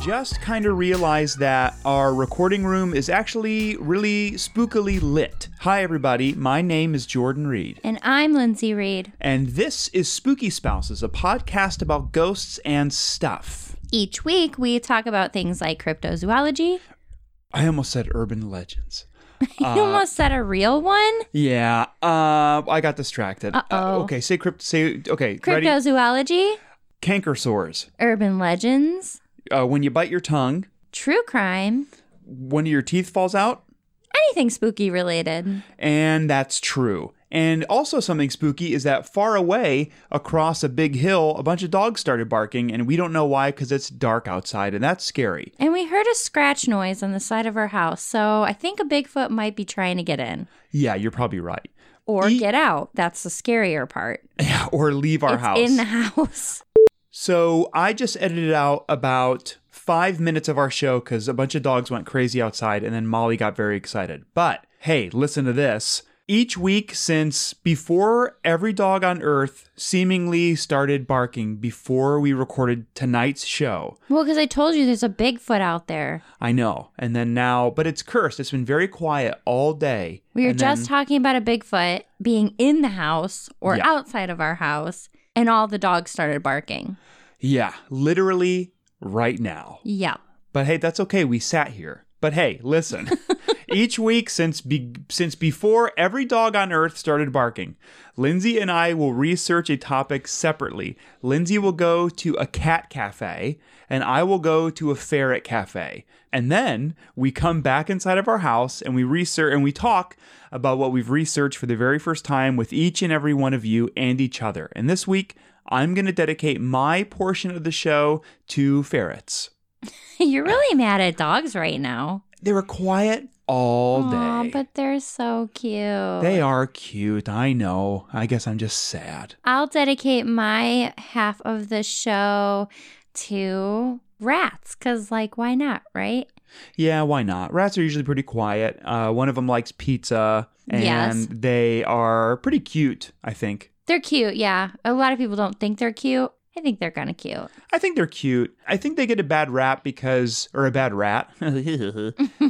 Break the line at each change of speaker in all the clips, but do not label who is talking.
just kind of realized that our recording room is actually really spookily lit. Hi, everybody. My name is Jordan Reed.
And I'm Lindsay Reed.
And this is Spooky Spouses, a podcast about ghosts and stuff.
Each week, we talk about things like cryptozoology.
I almost said urban legends.
You
Uh,
almost said a real one.
Yeah, uh, I got distracted.
Uh-oh.
okay, say crypt. Say okay. Ready?
Cryptozoology,
Canker sores.
urban legends,
Uh, when you bite your tongue,
true crime,
one of your teeth falls out,
anything spooky related.
and that's true. And also something spooky is that far away across a big hill, a bunch of dogs started barking, and we don't know why because it's dark outside, and that's scary.
And we heard a scratch noise on the side of our house, so I think a Bigfoot might be trying to get in
Yeah, you're probably right.
or
Ye-
get out. That's the scarier part.
or leave our
it's
house.
in the house.
So I just edited out about five minutes of our show because a bunch of dogs went crazy outside and then Molly got very excited. But hey, listen to this. Each week since before every dog on earth seemingly started barking before we recorded tonight's show.
Well, because I told you there's a Bigfoot out there.
I know. And then now, but it's cursed. It's been very quiet all day.
We were
And then-
just talking about a Bigfoot being in the house or
Yeah.
outside of our house, and all the dogs started barking.
Yeah, literally right now.
Yeah.
But hey, that's okay. We sat here. But hey, listen. Each week since be- since before every dog on earth started barking, Lindsay and I will research a topic separately. Lindsay will go to a cat cafe and I will go to a ferret cafe. And then we come back inside of our house and we research and we talk about what we've researched for the very first time with each and every one of you and each other. And this week, I'm going to dedicate my portion of the show to ferrets.
You're really mad at dogs right now.
They were quiet all day.
Aw, but they're so cute.
they are cute. I know. I guess I'm just sad.
I'll dedicate my half of the show to rats because, like, why not, right?
Yeah, why not? Rats are usually pretty quiet. Uh, one of them likes pizza, and
Yes.
they are pretty cute. I think.
They're cute, yeah. A lot of people don't think they're cute. I think they're kind of cute.
I think they're cute. I think they get a bad rap because, or a bad rat,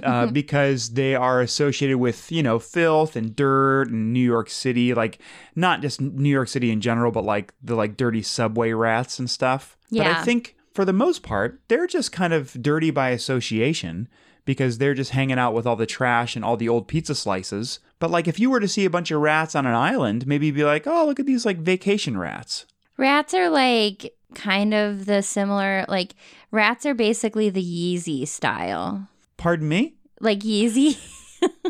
uh, because they are associated with you know filth and dirt and New York City, like not just New York City in general, but like the like dirty subway rats and stuff. But I
Yeah.
think for the most part, they're just kind of dirty by association because they're just hanging out with all the trash and all the old pizza slices. But like if you were to see a bunch of rats on an island, maybe you'd be like, oh, look at these like vacation rats.
Rats are like kind of the similar, like, rats are basically the Yeezy style.
Pardon me.
Like, Yeezy.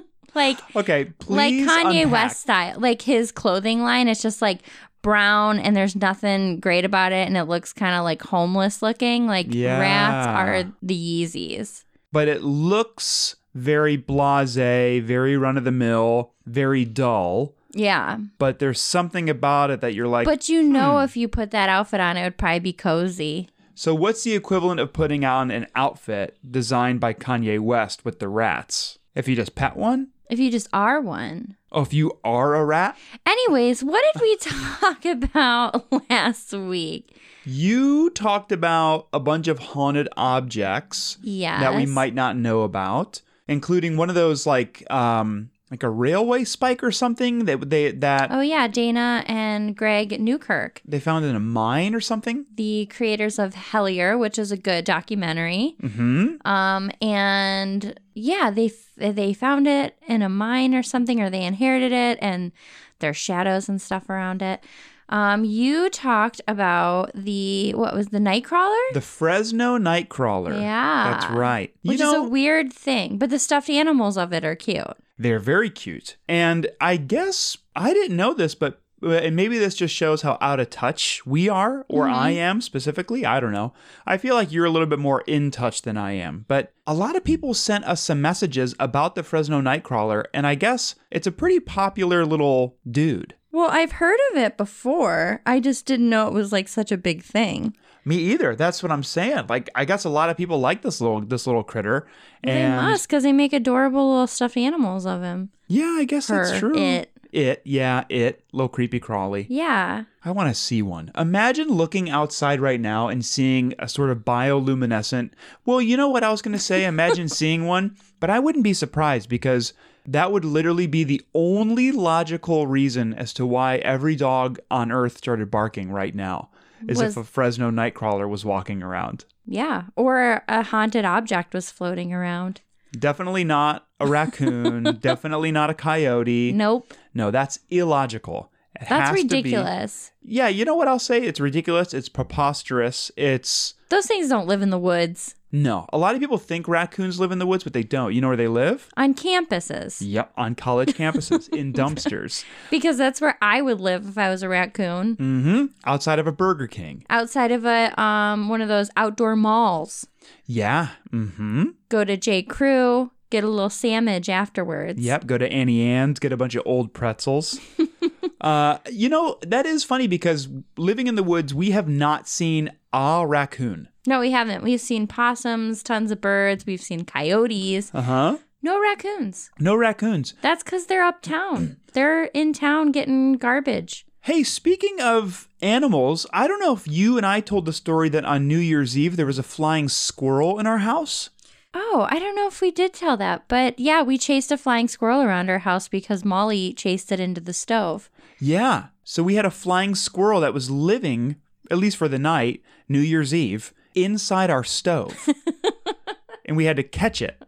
like,
Okay, please.
like Kanye
unpack.
West style, like his clothing line. It's just like brown and there's nothing great about it, and it looks kind of like homeless looking. Like
Yeah.
rats are the Yeezys.
but it looks very blase, very run of the mill, very dull.
Yeah,
But there's something about it that you're like. hmm.
but you know, if you put that outfit on, it would probably be cozy.
so, what's the equivalent of putting on an outfit designed by Kanye West with the rats? If you just pet one?
If you just are one.
Oh, if you are a rat?
Anyways, what did we talk about last week?
You talked about a bunch of haunted objects
Yes.
that we might not know about, including one of those like um like a railway spike or something that they that
Oh yeah, Dana and Greg Newkirk,
they found in a mine or something.
the creators of Hellier, which is a good documentary.
Mm-hmm.
Um, and yeah, they f- they found it in a mine or something, or they inherited it, and there's shadows and stuff around it. Um, you talked about the what was the Nightcrawler?
The Fresno Nightcrawler.
Yeah,
That's right. You
Which is a
know,
weird thing, but the stuffed animals of it are cute.
they're very cute. And I guess I didn't know this, but and maybe this just shows how out of touch we are, or I
Mm-hmm.
am specifically. I don't know. I feel like you're a little bit more in touch than I am. But a lot of people sent us some messages about the Fresno Nightcrawler, and I guess it's a pretty popular little dude.
Well, I've heard of it before. I just didn't know it was like such a big thing.
Me either. That's what I'm saying. Like, I guess a lot of people like this little this little critter.
they
And
must, because they make adorable little stuffed animals of him.
yeah, I guess that's
Her,
true.
It.
It, yeah, it. Little creepy crawly.
Yeah.
I want to see one. Imagine looking outside right now and seeing a sort of bioluminescent. Well, you know what I was going to say? Imagine seeing one, but I wouldn't be surprised because that would literally be the only logical reason as to why every dog on earth started barking right now. Is
Was-
if a Fresno nightcrawler was walking around.
Yeah. Or a haunted object was floating around.
Definitely not a raccoon, definitely not a coyote.
Nope.
No, that's illogical. It has
That's
to be-
ridiculous.
Yeah, you know what I'll say? It's ridiculous. It's preposterous. It's
Those things don't live in the woods.
no. A lot of people think raccoons live in the woods, but they don't. You know where they live?
On campuses.
Yep, on college campuses, in dumpsters.
Because that's where I would live if I was a raccoon.
hmm Outside of a Burger King.
Outside of a um one of those outdoor malls.
Yeah. Mm-hmm.
Go to J. Crew, get a little sandwich afterwards.
Yep. Go to Annie Ann's, get a bunch of old pretzels. uh, you know that is funny because living in the woods, we have not seen a raccoon.
No, we haven't. We've seen possums, tons of birds, we've seen coyotes.
Uh huh.
No raccoons.
No raccoons.
That's because they're uptown. they're in town getting garbage.
Hey, speaking of animals, I don't know if you and I told the story that on New Year's Eve there was a flying squirrel in our house.
Oh, I don't know if we did tell that, but yeah, we chased a flying squirrel around our house because Molly chased it into the stove.
Yeah. So we had a flying squirrel that was living, at least for the night, New Year's Eve, inside our stove. and we had to catch it.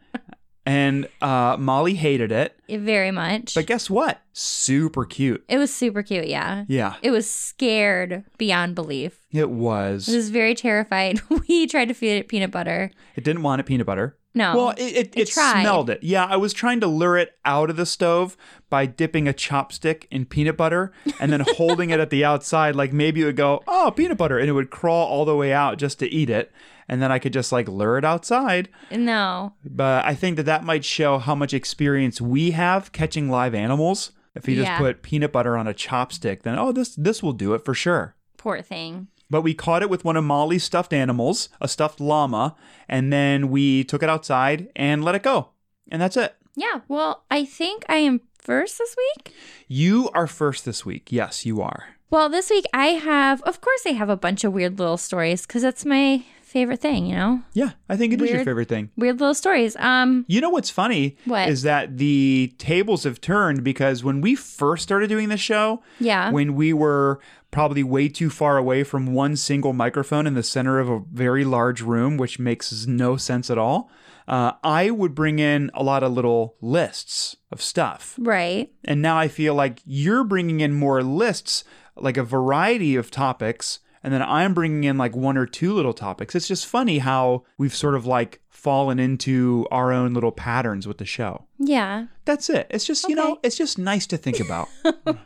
And uh, Molly hated it.
It very much.
But guess what? Super cute.
it was super cute, yeah.
Yeah,
It was scared beyond belief.
it
It
was.
was very terrified. we tried to feed it peanut butter.
It didn't want it peanut butter.
No.
Well, it, it, it,
Oh, tried.
smelled it. Yeah, I was trying to lure it out of the stove by dipping a chopstick in peanut butter and then holding it at the outside. Like maybe it would go, oh, peanut butter. And it would crawl all the way out just to eat it. And then I could just like lure it outside.
no.
But I think that that might show how much experience we have catching live animals. If you
Yeah.
just put peanut butter on a chopstick, then oh, this this will do it for sure.
Poor thing.
But we caught it with one of Molly's stuffed animals, a stuffed llama, and then we took it outside and let it go. And that's it.
Yeah. Well, I think I am first this week.
You are first this week. Yes, you are.
Well, this week I have, of course, I have a bunch of weird little stories because that's my favorite thing, you know?
Yeah, I think it is your
Weird.
favorite thing.
Weird little stories. Um,
You know what's funny
What?
is that the tables have turned because when we first started doing the show,
yeah.
when we were probably way too far away from one single microphone in the center of a very large room, which makes no sense at all, uh, I would bring in a lot of little lists of stuff.
right.
And now I feel like you're bringing in more lists, like a variety of topics, and then I'm bringing in like one or two little topics. It's just funny how we've sort of like fallen into our own little patterns with the show.
Yeah.
That's it. It's just, you know,
Okay.
it's just nice to think about.
well,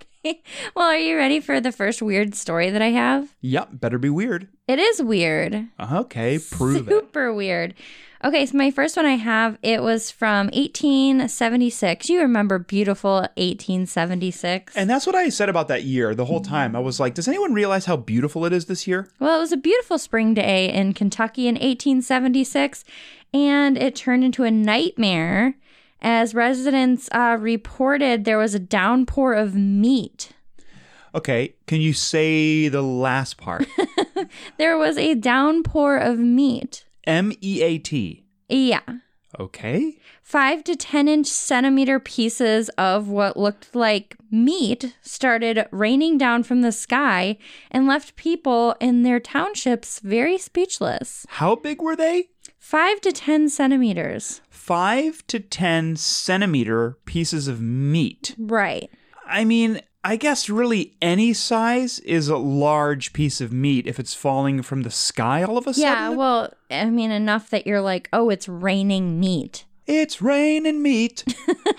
are you ready for the first weird story that I have?
yep, better be weird. Uh-huh,
It is weird.
Okay, prove it.
Super weird. Okay, so my first one I have, it was from 1876. You remember beautiful 1876?
And that's what I said about that year the whole time. I was like, does anyone realize how beautiful it is this year?
Well, it was a beautiful spring day in Kentucky in 1876, and it turned into a nightmare as residents uh, reported there was a downpour of meat.
Okay, can you say the last part?
There was a downpour of meat.
M E A T.
Yeah.
Okay.
Five to 10 inch centimeter pieces of what looked like meat started raining down from the sky and left people in their townships very speechless.
How big were they?
Five to 10 centimeters.
five to 10 centimeter pieces of meat.
Right.
I mean, I guess really any size is a large piece of meat if it's falling from the sky all of a
Yeah,
sudden.
well, I mean, enough that you're like, oh, it's raining meat.
it's raining meat.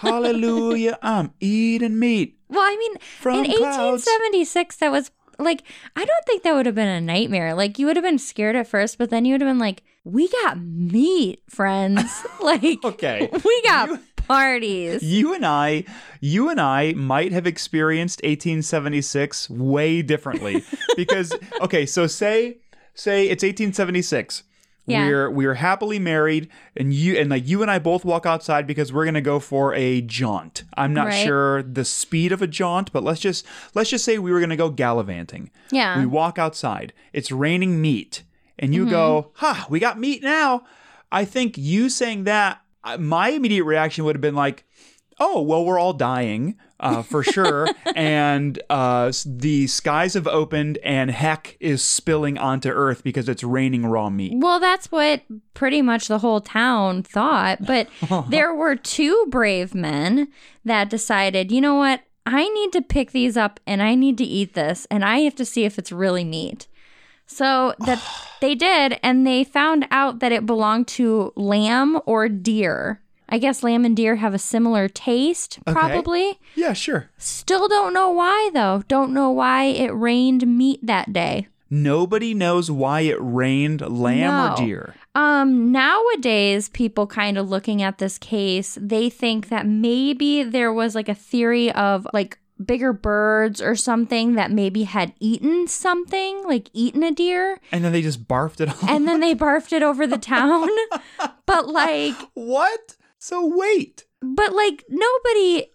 Hallelujah, I'm eating meat.
Well, I mean,
From
in
clouds.
1876, that was like, I don't think that would have been a nightmare. Like, you would have been scared at first, but then you would have been like, we got meat, friends. like,
Okay.
we got parties.
You and I, you and I might have experienced 1876 way differently because okay, so say say it's 1876.
Yeah.
We're we're happily married, and you and like you and I both walk outside because we're gonna go for a jaunt. I'm not
Right.
sure the speed of a jaunt, but let's just let's just say we were gonna go gallivanting.
Yeah.
We walk outside. It's raining meat. And you go,
Mm-hmm.
ha, we got meat now. I think you saying that, I- my immediate reaction would have been like, oh, well, we're all dying uh, for sure. and uh, s- the skies have opened and heck is spilling onto Earth because it's raining raw meat.
Well, that's what pretty much the whole town thought. But there were two brave men that decided, you know what? I need to pick these up and I need to eat this and I have to see if it's really meat. So that they did and they found out that it belonged to lamb or deer. I guess lamb and deer have a similar taste,
Okay.
probably.
Yeah, sure.
Still don't know why though. Don't know why it rained meat that day.
Nobody knows why it rained lamb or
No.
deer.
Um, nowadays, people kind of looking at this case, they think that maybe there was like a theory of like bigger birds or something that maybe had eaten something, like eaten a deer,
And then they just barfed it off.
and then they barfed it over the town. but like,
what? So wait.
but like nobody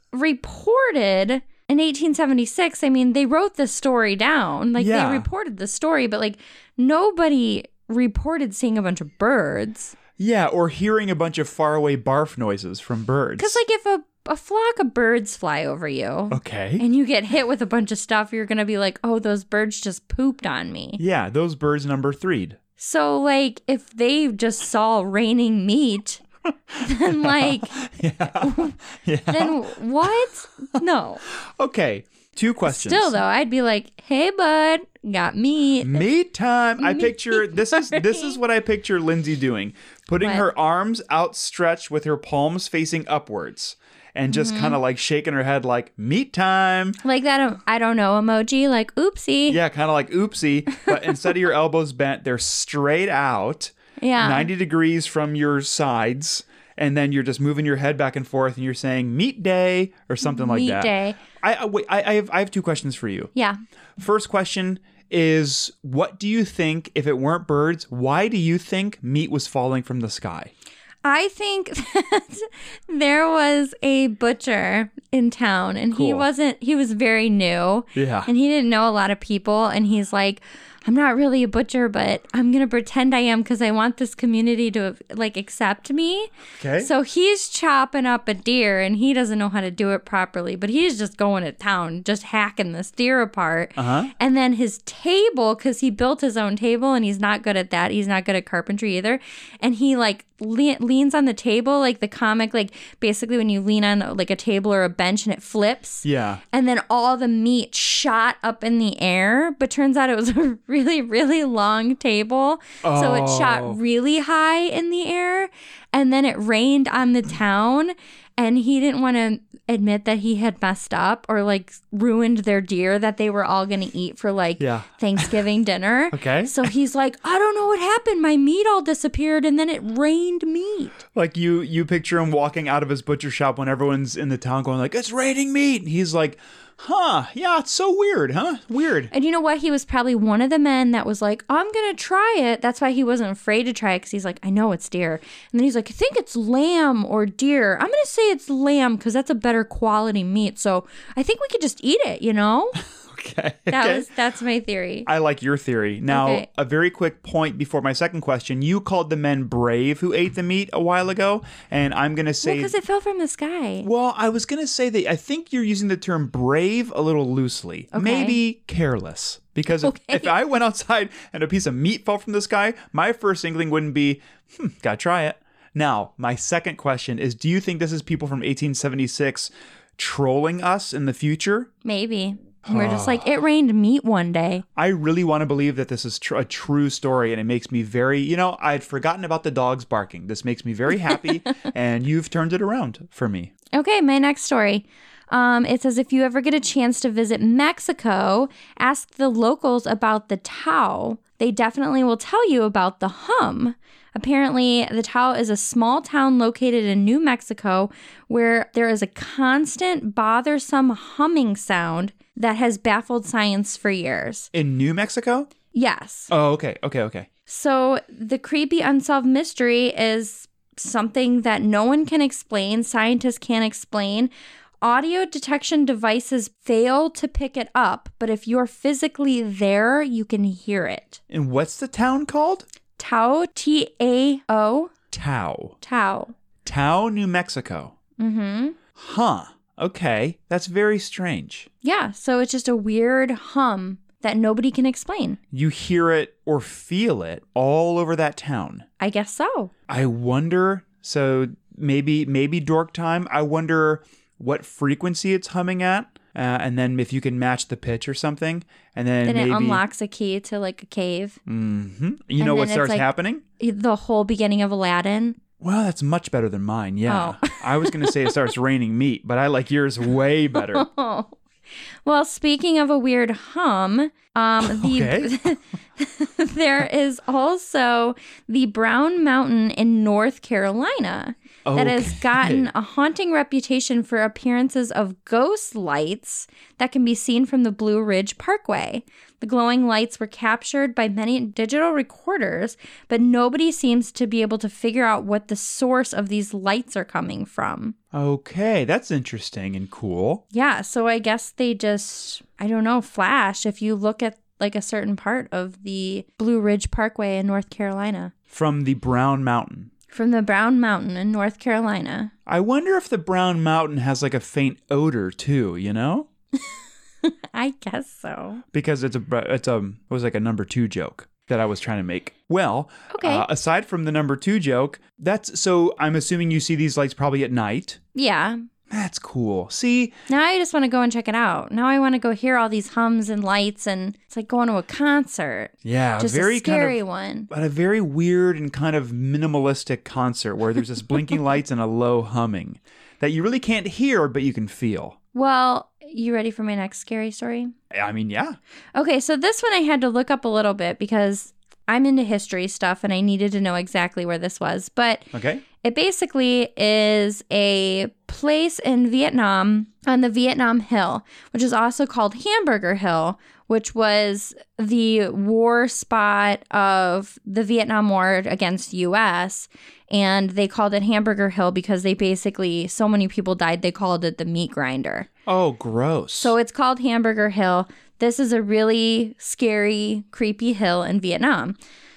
reported in 1876. I mean, they wrote the story down, like
Yeah.
they reported the story, but like nobody reported seeing a bunch of birds.
Yeah, or hearing a bunch of faraway barf noises from birds.
Because, like, if a, a flock of birds fly over you
Okay.
and you get hit with a bunch of stuff, you're going to be like, oh, those birds just pooped on me.
Yeah, those birds number three'd.
So, like, if they just saw raining meat, then, like,
Yeah. yeah.
then what? No.
Okay. Two questions.
Still, though, I'd be like, hey, bud, got meat.
Meat time. I
Meat
picture this is this is what I picture Lindsay doing. Putting
What?
her arms outstretched with her palms facing upwards and just
Mm-hmm.
kind of like shaking her head like meat time.
Like that, um, I don't know, emoji, like, oopsie.
Yeah, kind of like oopsie, but instead of your elbows bent, they're straight out.
Yeah.
90 degrees from your sides and then you're just moving your head back and forth and you're saying meat day or something like
meat
that.
day.
I, I wait. I, I have I have two questions for you.
Yeah.
First question is, what do you think if it weren't birds? Why do you think meat was falling from the sky?
I think that there was a butcher in town and he
Cool.
wasn't he was very new.
Yeah.
And he didn't know a lot of people and he's like I'm not really a butcher but I'm going to pretend I am cuz I want this community to like accept me.
Okay.
So he's chopping up a deer and he doesn't know how to do it properly, but he's just going to town, just hacking this deer apart.
Uh-huh.
And then his table, because he built his own table and he's not good at that. He's not good at carpentry either. And he like le- leans on the table, like the comic, like basically when you lean on like a table or a bench and it flips.
yeah.
And then all the meat shot up in the air, but turns out it was a really, really long table. So it
Oh.
shot really high in the air. And then it rained on the town. And he didn't want to admit that he had messed up or like ruined their deer that they were all going to eat for like
Yeah.
Thanksgiving dinner.
Okay.
So he's like, I don't know what happened. My meat all disappeared and then it rained meat.
Like you you picture him walking out of his butcher shop when everyone's in the town going like it's raining meat. And he's like, huh? Yeah, it's so weird, huh? Weird.
And you know what? He was probably one of the men that was like, I'm going to try it. That's why he wasn't afraid to try it because he's like, I know it's deer. And then he's like, I think it's lamb or deer. I'm going to say it's lamb because that's a better quality meat. So I think we could just eat it, you know?
Okay.
That
okay.
was That's my theory.
I like your theory. Now,
Okay.
a very quick point before my second question. You called the men brave who ate the meat a while ago, and I'm going to say
Because it fell from the sky.
Well, I was going to say that I think you're using the term brave a little loosely. Maybe careless. Because if, if I went outside and a piece of meat fell from the sky, my first inkling wouldn't be, hmm, gotta try it. Now, my second question is Do you think this is people from 1876 trolling us in the future?
Maybe. We're just like, it rained meat one day.
I really want to believe that this is tr- a true story, and it makes me very, you know, I'd forgotten about the dogs barking. This makes me very happy, and you've turned it around for me.
Okay, my next story. Um, it says if you ever get a chance to visit Mexico, ask the locals about the Tao. They definitely will tell you about the hum. Apparently, the Tao is a small town located in New Mexico where there is a constant, bothersome humming sound that has baffled science for years.
In New Mexico?
Yes.
Oh, okay. Okay. Okay.
So the creepy unsolved mystery is something that no one can explain, scientists can't explain. Audio detection devices fail to pick it up, but if you're physically there, you can hear it.
And what's the town called?
Tau, T A O,
Tao.
Tau.
Tao, New Mexico.
Mm-hmm.
Huh. Okay. That's very strange.
Yeah, so it's just a weird hum that nobody can explain.
You hear it or feel it all over that town.
I guess so.
I wonder. So maybe maybe dork time. I wonder what frequency it's humming at, uh, and then if you can match the pitch or something, and then,
then
maybe.
it unlocks a key to like a cave.
hmm You
And
know
then
what
it's
starts
like-
happening?
The whole beginning of Aladdin.
Well, that's much better than mine. Yeah,
Oh.
I was gonna say it starts raining meat, but I like yours way better.
Oh. Well, speaking of a weird hum, um, the, there is also the Brown Mountain in North Carolina that has
Okay.
gotten a haunting reputation for appearances of ghost lights that can be seen from the Blue Ridge Parkway. The glowing lights were captured by many digital recorders, but nobody seems to be able to figure out what the source of these lights are coming from.
Okay, that's interesting and cool.
Yeah, so I guess they just I don't know, flash if you look at like a certain part of the Blue Ridge Parkway in North Carolina.
From the Brown Mountain.
From the Brown Mountain in North Carolina.
I wonder if the Brown Mountain has like a faint odor too. You know,
I guess so.
because it's a it's a it was like a number two joke that I was trying to make. Well,
Okay.
uh, aside from the number two joke, that's so I'm assuming you see these lights probably at night.
Yeah.
That's cool. See,
Now I just want to go and check it out. Now I want to go hear all these hums and lights and it's like going to a concert.
yeah,
Just
very
a scary
kind of.
one.
But a very weird and kind of minimalistic concert where there's this blinking lights and a low humming that you really can't hear, but you can feel.
Well, you ready for my next scary story?
I mean, yeah.
Okay, so this one I had to look up a little bit because I'm into history stuff and I needed to know exactly where this was. But
Okay.
It basically is a place in Vietnam on the Vietnam Hill, which is also called Hamburger Hill, which was the war spot of the Vietnam War against US and they called it Hamburger Hill because they basically so many people died they called it the meat grinder.
Oh, gross.
So it's called Hamburger Hill. This is a really scary, creepy hill in Vietnam.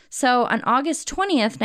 So on August 20th,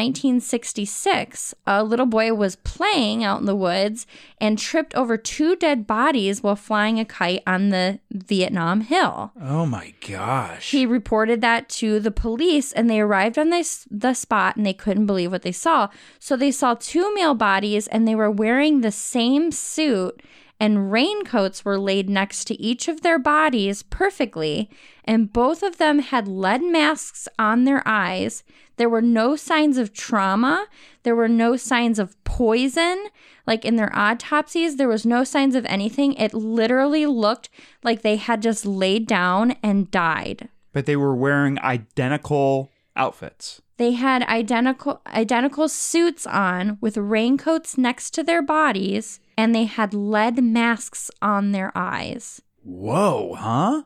1966, a little boy was playing out in the woods and tripped over two dead bodies while flying a kite on the Vietnam Hill.
oh my gosh.
He reported that to the police, and they arrived on this the spot, and they couldn't believe what they saw. So they saw two male bodies, and they were wearing the same suit, and raincoats were laid next to each of their bodies perfectly, and both of them had lead masks on their eyes. There were no signs of trauma. There were no signs of poison. Like in their autopsies, there was no signs of anything. It literally looked like they had just laid down and died.
but they were wearing identical outfits.
They had identical identical suits on with raincoats next to their bodies and they had lead masks on their eyes.
Whoa, huh?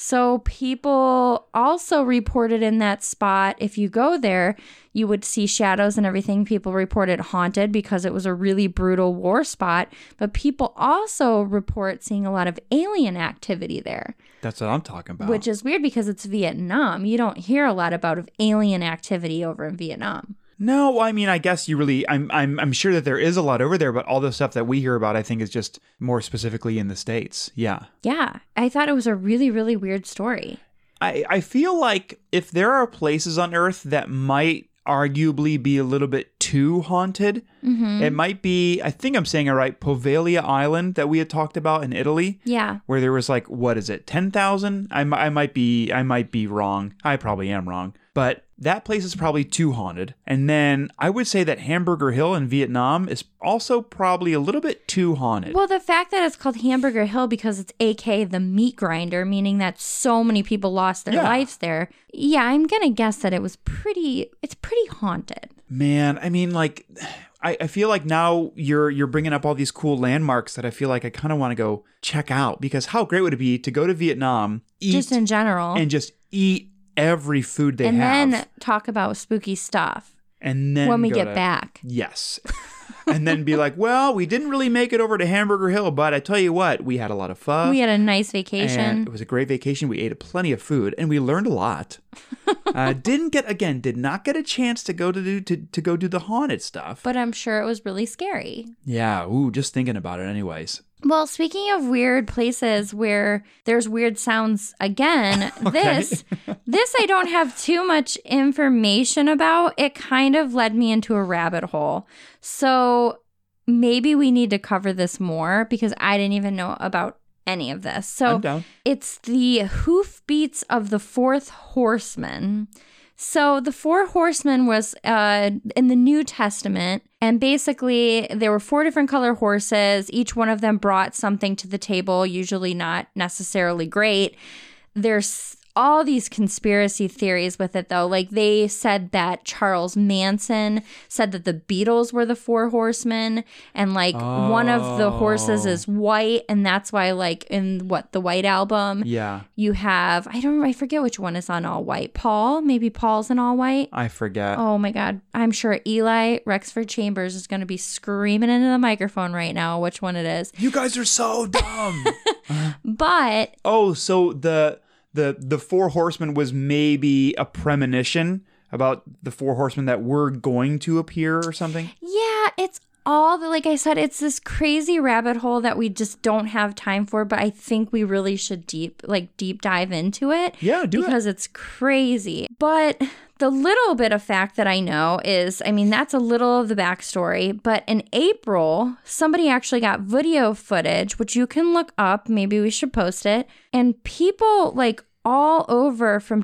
So people also reported in that spot if you go there, you would see shadows and everything. People report it haunted because it was a really brutal war spot, but people also report seeing a lot of alien activity there.
That's what I'm talking about.
Which is weird because it's Vietnam. You don't hear a lot about of alien activity over in Vietnam.
no, I mean, I guess you really. I'm, I'm, I'm sure that there is a lot over there, but all the stuff that we hear about, I think, is just more specifically in the states. Yeah,
Yeah, I thought it was a really, really weird story.
I, I feel like if there are places on Earth that might arguably be a little bit too haunted,
Mm-hmm.
it might be. I think I'm saying it right. Povelia Island that we had talked about in Italy.
Yeah.
Where there was like, what is it, ten thousand? I mi- I might be, I might be wrong. I probably am wrong, but that place is probably too haunted. And then I would say that Hamburger Hill in Vietnam is also probably a little bit too haunted.
Well, the fact that it's called Hamburger Hill because it's AK the meat grinder, meaning that so many people lost their
Yeah.
lives there. Yeah, I'm gonna guess that it was pretty. It's pretty haunted.
Man, I mean, like, I, I feel like now you're you're bringing up all these cool landmarks that I feel like I kind of want to go check out because how great would it be to go to Vietnam, eat,
Just in general.
and just eat every food they
and
have.
then talk about spooky stuff
and then
when we
go
get
to-
back.
Yes. and then be like, well, we didn't really make it over to Hamburger Hill, but I tell you what, we had a lot of fun.
we had a nice
and
vacation.
it was a great vacation. We ate plenty of food and we learned a lot. uh, didn't get again, did not get a chance to go to do to, to go do the haunted stuff.
But I'm sure it was really scary.
yeah, ooh, just thinking about it anyways.
Well, speaking of weird places where there's weird sounds again, this this I don't have too much information about. It kind of led me into a rabbit hole. So maybe we need to cover this more because I didn't even know about any of this. So
I'm down.
it's the hoofbeats of the fourth horseman. So the four horsemen was uh, in the New Testament, and basically there were four different color horses. Each one of them brought something to the table, usually not necessarily great. There's all these conspiracy theories with it though. Like they said that Charles Manson said that the Beatles were the four horsemen and like one of the horses
Oh.
is white and that's why like in what the white album
Yeah,
you have I don't I forget which one is on all white. Paul, maybe Paul's in all white.
I forget.
Oh my god. I'm sure Eli Rexford Chambers is going to be screaming into the microphone right now which one it is.
You guys are so dumb.
But
oh, so the the the four horsemen was maybe a premonition about the four horsemen that were going to appear or something.
Yeah, it's all the like I said, it's this crazy rabbit hole that we just don't have time for, but I think we really should deep like deep dive into it.
Yeah, do it.
because it's crazy. But the little bit of fact that I know is, I mean, that's a little of the backstory. But in April, somebody actually got video footage, which you can look up. Maybe we should post it. And people like all over from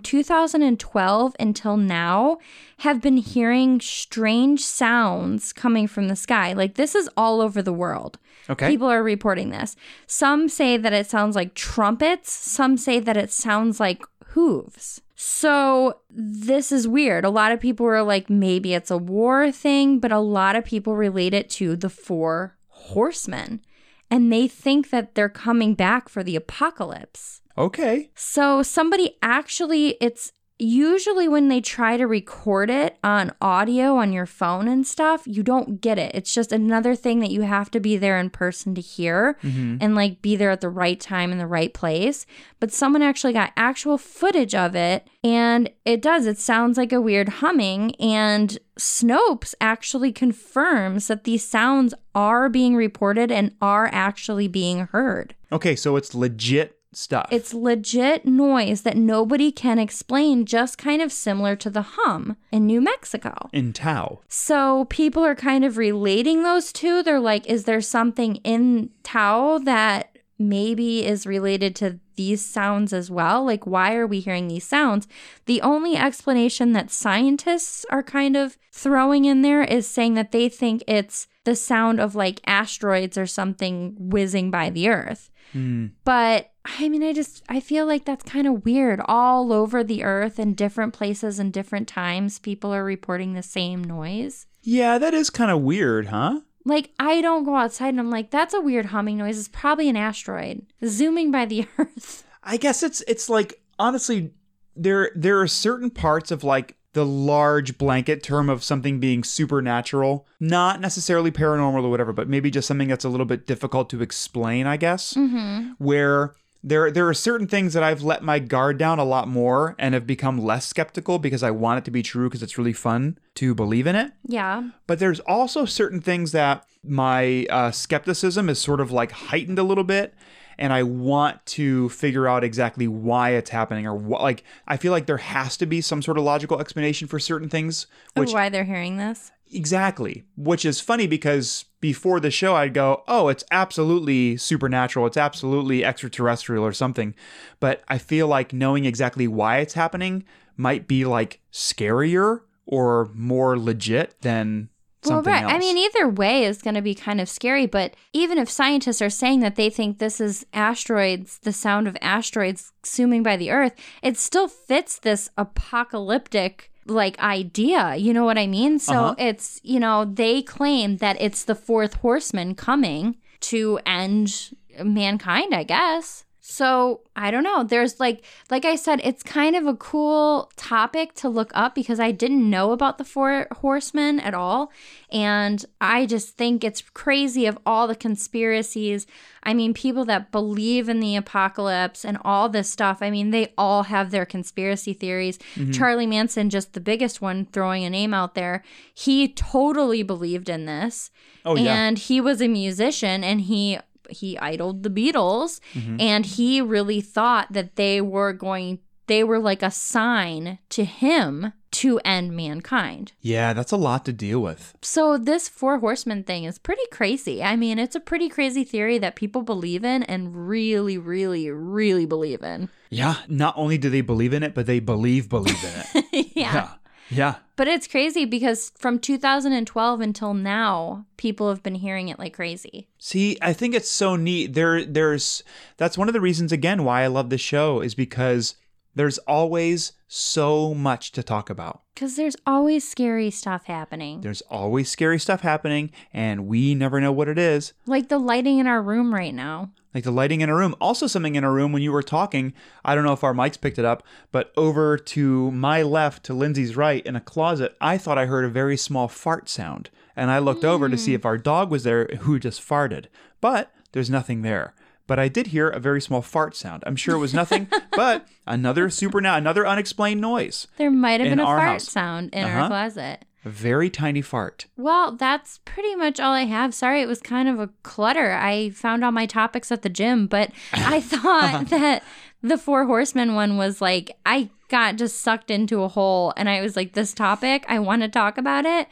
2012 until now have been hearing strange sounds coming from the sky. Like, this is all over the world.
Okay.
People are reporting this. Some say that it sounds like trumpets, some say that it sounds like hooves. So, this is weird. A lot of people were like, maybe it's a war thing, but a lot of people relate it to the four horsemen. And they think that they're coming back for the apocalypse.
okay.
So somebody actually, it's usually when they try to record it on audio on your phone and stuff, you don't get it. It's just another thing that you have to be there in person to hear
Mhm.
and like be there at the right time in the right place. But someone actually got actual footage of it and it does. It sounds like a weird humming. And Snopes actually confirms that these sounds are being reported and are actually being heard.
Okay, so it's legit stuff.
It's legit noise that nobody can explain, just kind of similar to the hum in New Mexico.
in Tao.
So people are kind of relating those two. They're like, is there something in Tao that maybe is related to these sounds as well? Like, why are we hearing these sounds? The only explanation that scientists are kind of throwing in there is saying that they think it's the sound of like asteroids or something whizzing by the earth.
Hmm.
But I mean, I just I feel like that's kind of weird. All over the earth in different places and different times, people are reporting the same noise.
Yeah, that is kind of weird, huh?
Like I don't go outside and I'm like, that's a weird humming noise. It's probably an asteroid zooming by the earth.
I guess it's it's like honestly, there there are certain parts of like the large blanket term of something being supernatural, not necessarily paranormal or whatever, but maybe just something that's a little bit difficult to explain. I guess
Mm-hmm.
where. There, there are certain things that I've let my guard down a lot more and have become less skeptical because I want it to be true because it's really fun to believe in it.
Yeah.
But there's also certain things that my uh, skepticism is sort of like heightened a little bit. And I want to figure out exactly why it's happening or what. Like, I feel like there has to be some sort of logical explanation for certain things, which
why they're hearing this?
Exactly. Which is funny because before the show, I'd go, oh, it's absolutely supernatural. It's absolutely extraterrestrial or something. But I feel like knowing exactly why it's happening might be like scarier or more legit than something
well, right.
else.
I mean, either way is going to be kind of scary. But even if scientists are saying that they think this is asteroids, the sound of asteroids zooming by the Earth, it still fits this apocalyptic like idea. You know what I mean? So
Uh-huh.
it's you know they claim that it's the fourth horseman coming to end mankind. I guess. So I don't know. There's like, like I said, it's kind of a cool topic to look up because I didn't know about the four horsemen at all. And I just think it's crazy of all the conspiracies. I mean, people that believe in the apocalypse and all this stuff, I mean, they all have their conspiracy theories. Charlie Manson, just the biggest one, throwing a name out there, he totally believed in this
Oh, yeah.
and he was a musician and he he idoled the Beatles
Mm-hmm.
and he really thought that they were going they were like a sign to him to end mankind.
Yeah, that's a lot to deal with.
So this four horsemen thing is pretty crazy. I mean, it's a pretty crazy theory that people believe in and really really really believe in.
Yeah, not only do they believe in it, but they believe believe in it.
yeah.
yeah. Yeah.
But it's crazy because from 2012 until now, people have been hearing it like crazy.
See, I think it's so neat. There there's that's one of the reasons again why I love this show is because there's always so much to talk about.
Because there's always scary stuff happening.
There's always scary stuff happening and we never know what it is.
Like the lighting in our room right now.
Like the lighting in a room, also something in a room when you were talking, I don't know if our mics picked it up, but over to my left to Lindsay's right in a closet, I thought I heard a very small fart sound. And I looked over to see if our dog was there who just farted. But there's nothing there. But I did hear a very small fart sound. I'm sure it was nothing, but another super another unexplained noise.
There might have
In
been a
our
fart
house.
sound in
Uh-huh.
our closet.
A very tiny fart.
Well, that's pretty much all I have. Sorry, it was kind of a clutter. I found all my topics at the gym, but I
Uh-huh.
thought that the Four Horsemen one was like, I got just sucked into a hole and I was like, this topic, I want to talk about it,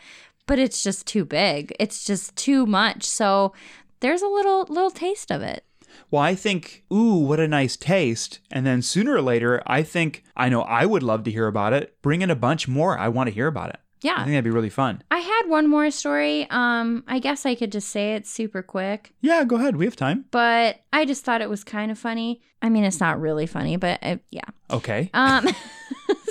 but it's just too big. It's just too much. So there's a little little taste of it.
Well, I think, ooh, what a nice taste. And then sooner or later, I think, I know I would love to hear about it. Bring in a bunch more. I want to hear about it.
Yeah.
I think that'd be really fun.
I had one more story. Um, I guess I could just say it super quick,
Yeah, go ahead. We have time.
but I just thought it was kind of funny. I mean, it's not really funny, but uh yeah.
Okay.
Um,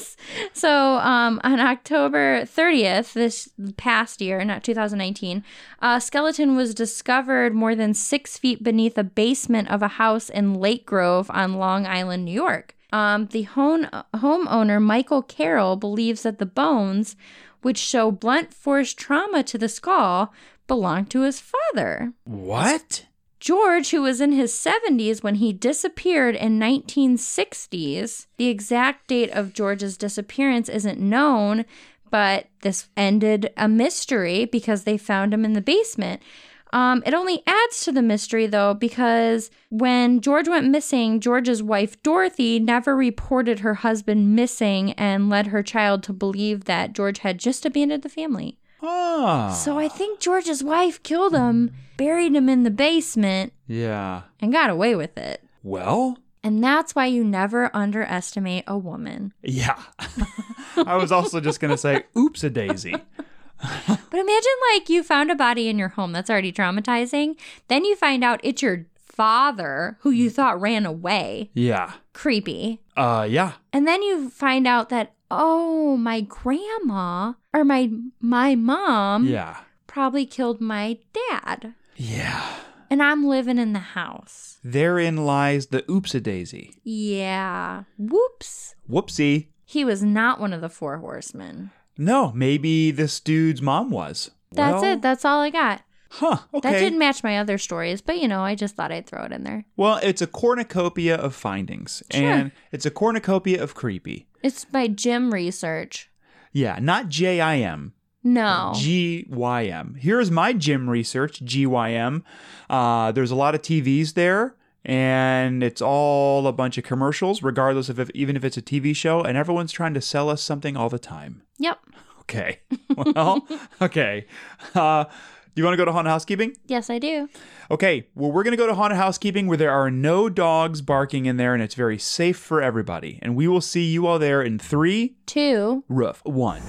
so um, on October 30th, this past year, not 2019, a skeleton was discovered more than six feet beneath a basement of a house in Lake Grove on Long Island, New York. Um, the home, homeowner, Michael Carroll, believes that the bones, which show blunt force trauma to the skull, belonged to his father.
what?
George, who was in his 70s when he disappeared in 1960s, the exact date of George's disappearance isn't known, but this ended a mystery because they found him in the basement. Um, it only adds to the mystery though, because when George went missing, George's wife Dorothy never reported her husband missing and led her child to believe that George had just abandoned the family.
Ah.
So I think George's wife killed him, buried him in the basement,
yeah.
and got away with it.
Well,
And that's why you never underestimate a woman.
yeah. I was also just going to say, oops a daisy.
But imagine like you found a body in your home that's already traumatizing. Then you find out it's your father who
Mm.
you thought ran away.
Yeah.
Creepy.
Uh, yeah.
And then you find out that oh, my grandma or my my mom
Yeah.
probably killed my dad.
Yeah.
And I'm living in the house.
Therein lies the oops a daisy.
Yeah. Whoops.
Whoopsie.
He was not one of the four horsemen.
No, maybe this dude's mom was.
That's
Well,
it. That's all I got.
huh. Okay.
That didn't match my other stories, but you know, I just thought I'd throw it in there.
Well, it's a cornucopia of findings,
Sure.
and it's a cornucopia of creepy.
It's my gym research.
Yeah, not J I M,
No.
G Y M. Here's my gym research G Y M. Uh, there's a lot of TVs there, and it's all a bunch of commercials, regardless of if, even if it's a TV show, and everyone's trying to sell us something all the time.
yep.
Okay. Well, okay. Uh, do you want to go to haunted housekeeping?
Yes, I do.
Okay, well, we're going to go to haunted housekeeping where there are no dogs barking in there and it's very safe for everybody. And we will see you all there in three,
Two.
roof, one.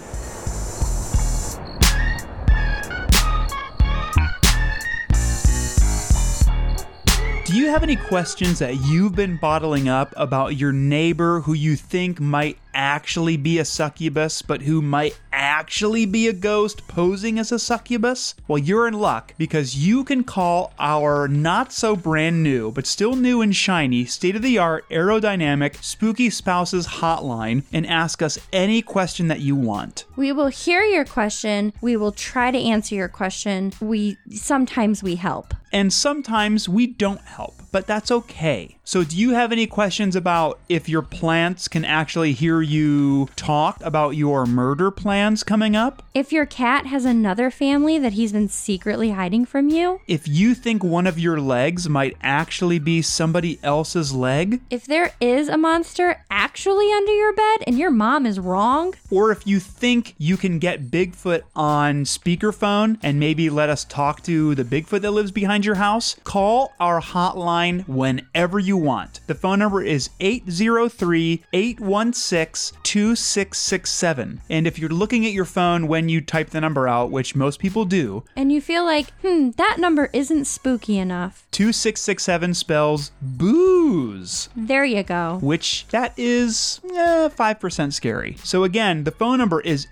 Do you have any questions that you've been bottling up about your neighbor who you think might actually be a succubus, but who might actually be a ghost posing as a succubus? Well, you're in luck because you can call our not so brand new, but still new and shiny, state of the art, aerodynamic, spooky spouses hotline and ask us any question that you want.
We will hear your question. We will try to answer your question. We sometimes we help.
And sometimes we don't help, but that's okay. So, do you have any questions about if your plants can actually hear you talk about your murder plans coming up?
If your cat has another family that he's been secretly hiding from you,
If you think one of your legs might actually be somebody else's leg?
if there is a monster actually under your bed and your mom is wrong,
Or if you think you can get Bigfoot on speakerphone and maybe let us talk to the Bigfoot that lives behind your house, call our hotline whenever you want. The phone number is 803 816 2667. And if you're looking at your phone when you type the number out, which most people do,
and you feel like, hmm, that number isn't spooky enough,
2667 spells booze.
there you go.
which that is eh, 5% scary. So again, the phone number is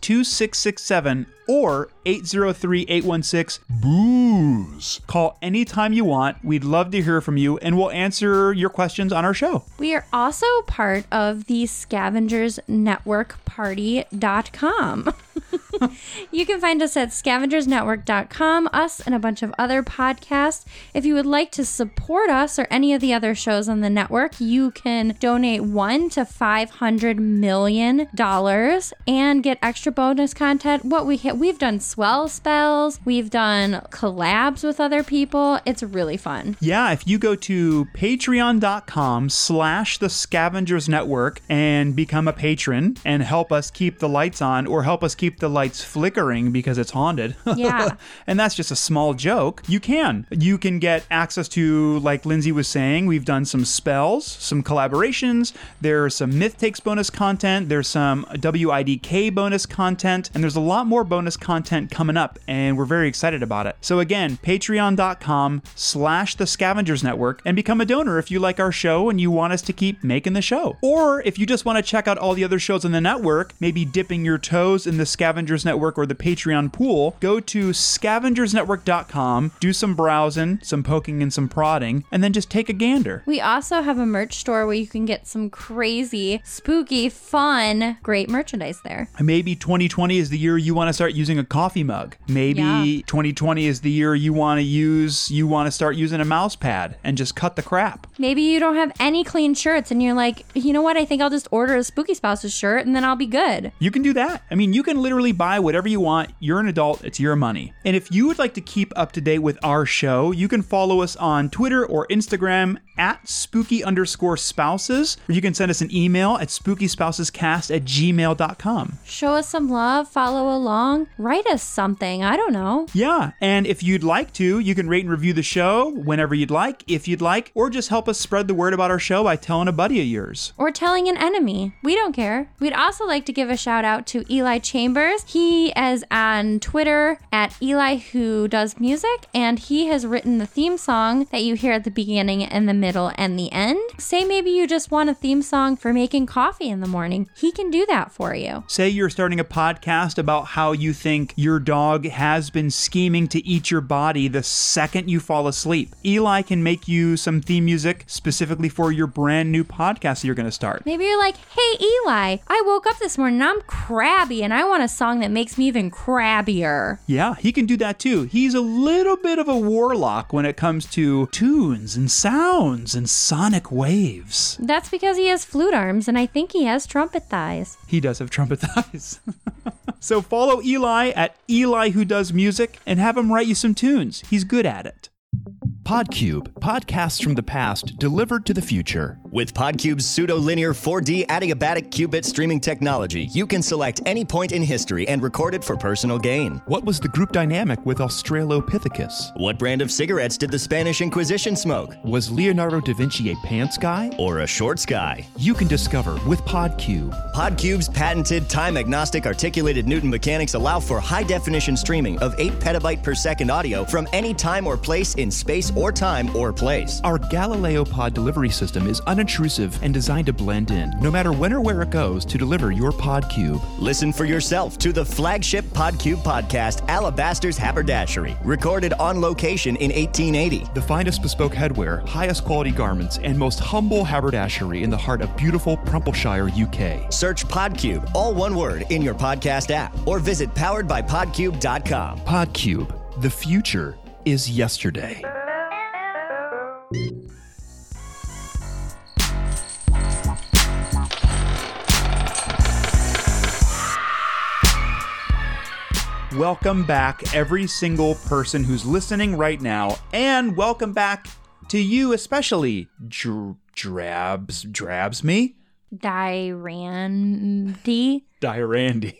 803-816-2667 or 803-816-BOOZE. Call anytime you want. We'd love to hear from you and we'll answer your questions on our show.
We are also part of the Scavengers Network Party.com. you can find us at scavengersnetwork.com, us, and a bunch of other podcasts. If you would like to support us or any of the other shows on the network, you can donate one to $500 million and get extra bonus content. What we hit, we've done swell spells, we've done collabs with other people. It's really fun.
Yeah, if you go to patreon.com slash the scavengers network and become a patron and help us keep the lights on or help us keep the lights flickering because it's haunted.
Yeah.
and that's just a small joke. You can. You can get access to, like Lindsay was saying, we've done some spells, some collaborations. There's some Myth Takes bonus content. There's some WIDK bonus content. And there's a lot more bonus content coming up, and we're very excited about it. So again, patreon.com slash the scavengers network and become a donor if you like our show and you want us to keep making the show. Or if you just want to check out all the other shows on the network, maybe dipping your toes in the Scavengers Network or the Patreon pool, go to scavengersnetwork.com, do some browsing, some poking, and some prodding, and then just take a gander.
We also have a merch store where you can get some crazy, spooky, fun, great merchandise there.
Maybe 2020 is the year you want to start using a coffee mug. Maybe
Yeah.
2020 is the year you want to use you want to start using a mouse pad and just cut the crap.
Maybe you don't have any clean shirts and you're like, you know what? I think I'll just order a Spooky Spouse's shirt and then I'll be good.
You can do that. I mean, you can literally buy whatever you want. You're an adult, it's your money. And if you would like to keep up to date with our show, you can follow us on Twitter or Instagram at spooky underscore spouses, or you can send us an email at spookyspousescast at gmail.com.
Show us some love, follow along, write us something. I don't know.
Yeah, and if you'd like to, you can rate and review the show whenever you'd like, if you'd like, or just help us spread the word about our show by telling a buddy of yours.
Or telling an enemy. We don't care. We'd also like to give a shout out to Eli Chambers. He is on Twitter at Eli Who Does Music, and he has written the theme song that you hear at the beginning and the middle and the end. Say maybe you just want a theme song for making coffee in the morning. He can do that for you.
Say you're starting a podcast about how you think your dog has been scheming to eat your body the second you fall asleep. Eli can make you some theme music specifically for your brand new podcast that you're going to start.
Maybe you're like, hey, Eli, I woke up this morning and I'm crabby, and I want a song that makes me even crabbier.
Yeah, he can do that too. He's a little bit of a warlock when it comes to tunes and sounds and sonic waves.
That's because he has flute arms, and I think he has trumpet thighs.
He does have trumpet thighs. so follow Eli at Eli Who Does Music and have him write you some tunes. He's good at it.
Podcube, podcasts from the past delivered to the future.
With Podcube's pseudo-linear 4D adiabatic qubit streaming technology, you can select any point in history and record it for personal gain.
What was the group dynamic with Australopithecus?
What brand of cigarettes did the Spanish Inquisition smoke?
Was Leonardo da Vinci a pants guy?
Or a shorts guy?
You can discover with Podcube.
Podcube's patented time-agnostic articulated Newton mechanics allow for high-definition streaming of 8 petabyte per second audio from any time or place in space or time or place.
Our Galileo pod delivery system is uninterrupted unobtrusive, and designed to blend in, no matter when or where it goes, to deliver your pod cube.
Listen for yourself to the flagship Podcube podcast, Alabaster's Haberdashery, recorded on location in 1880.
The finest bespoke headwear, highest quality garments, and most humble haberdashery in the heart of beautiful Prumpleshire, UK.
Search Podcube, all one word, in your podcast app or visit poweredbypodcube.com.
Podcube, the future is yesterday.
Welcome back, every single person who's listening right now, and welcome back to you, especially Dr- Drabs, Drabs me,
Dirandy.
Dirandy.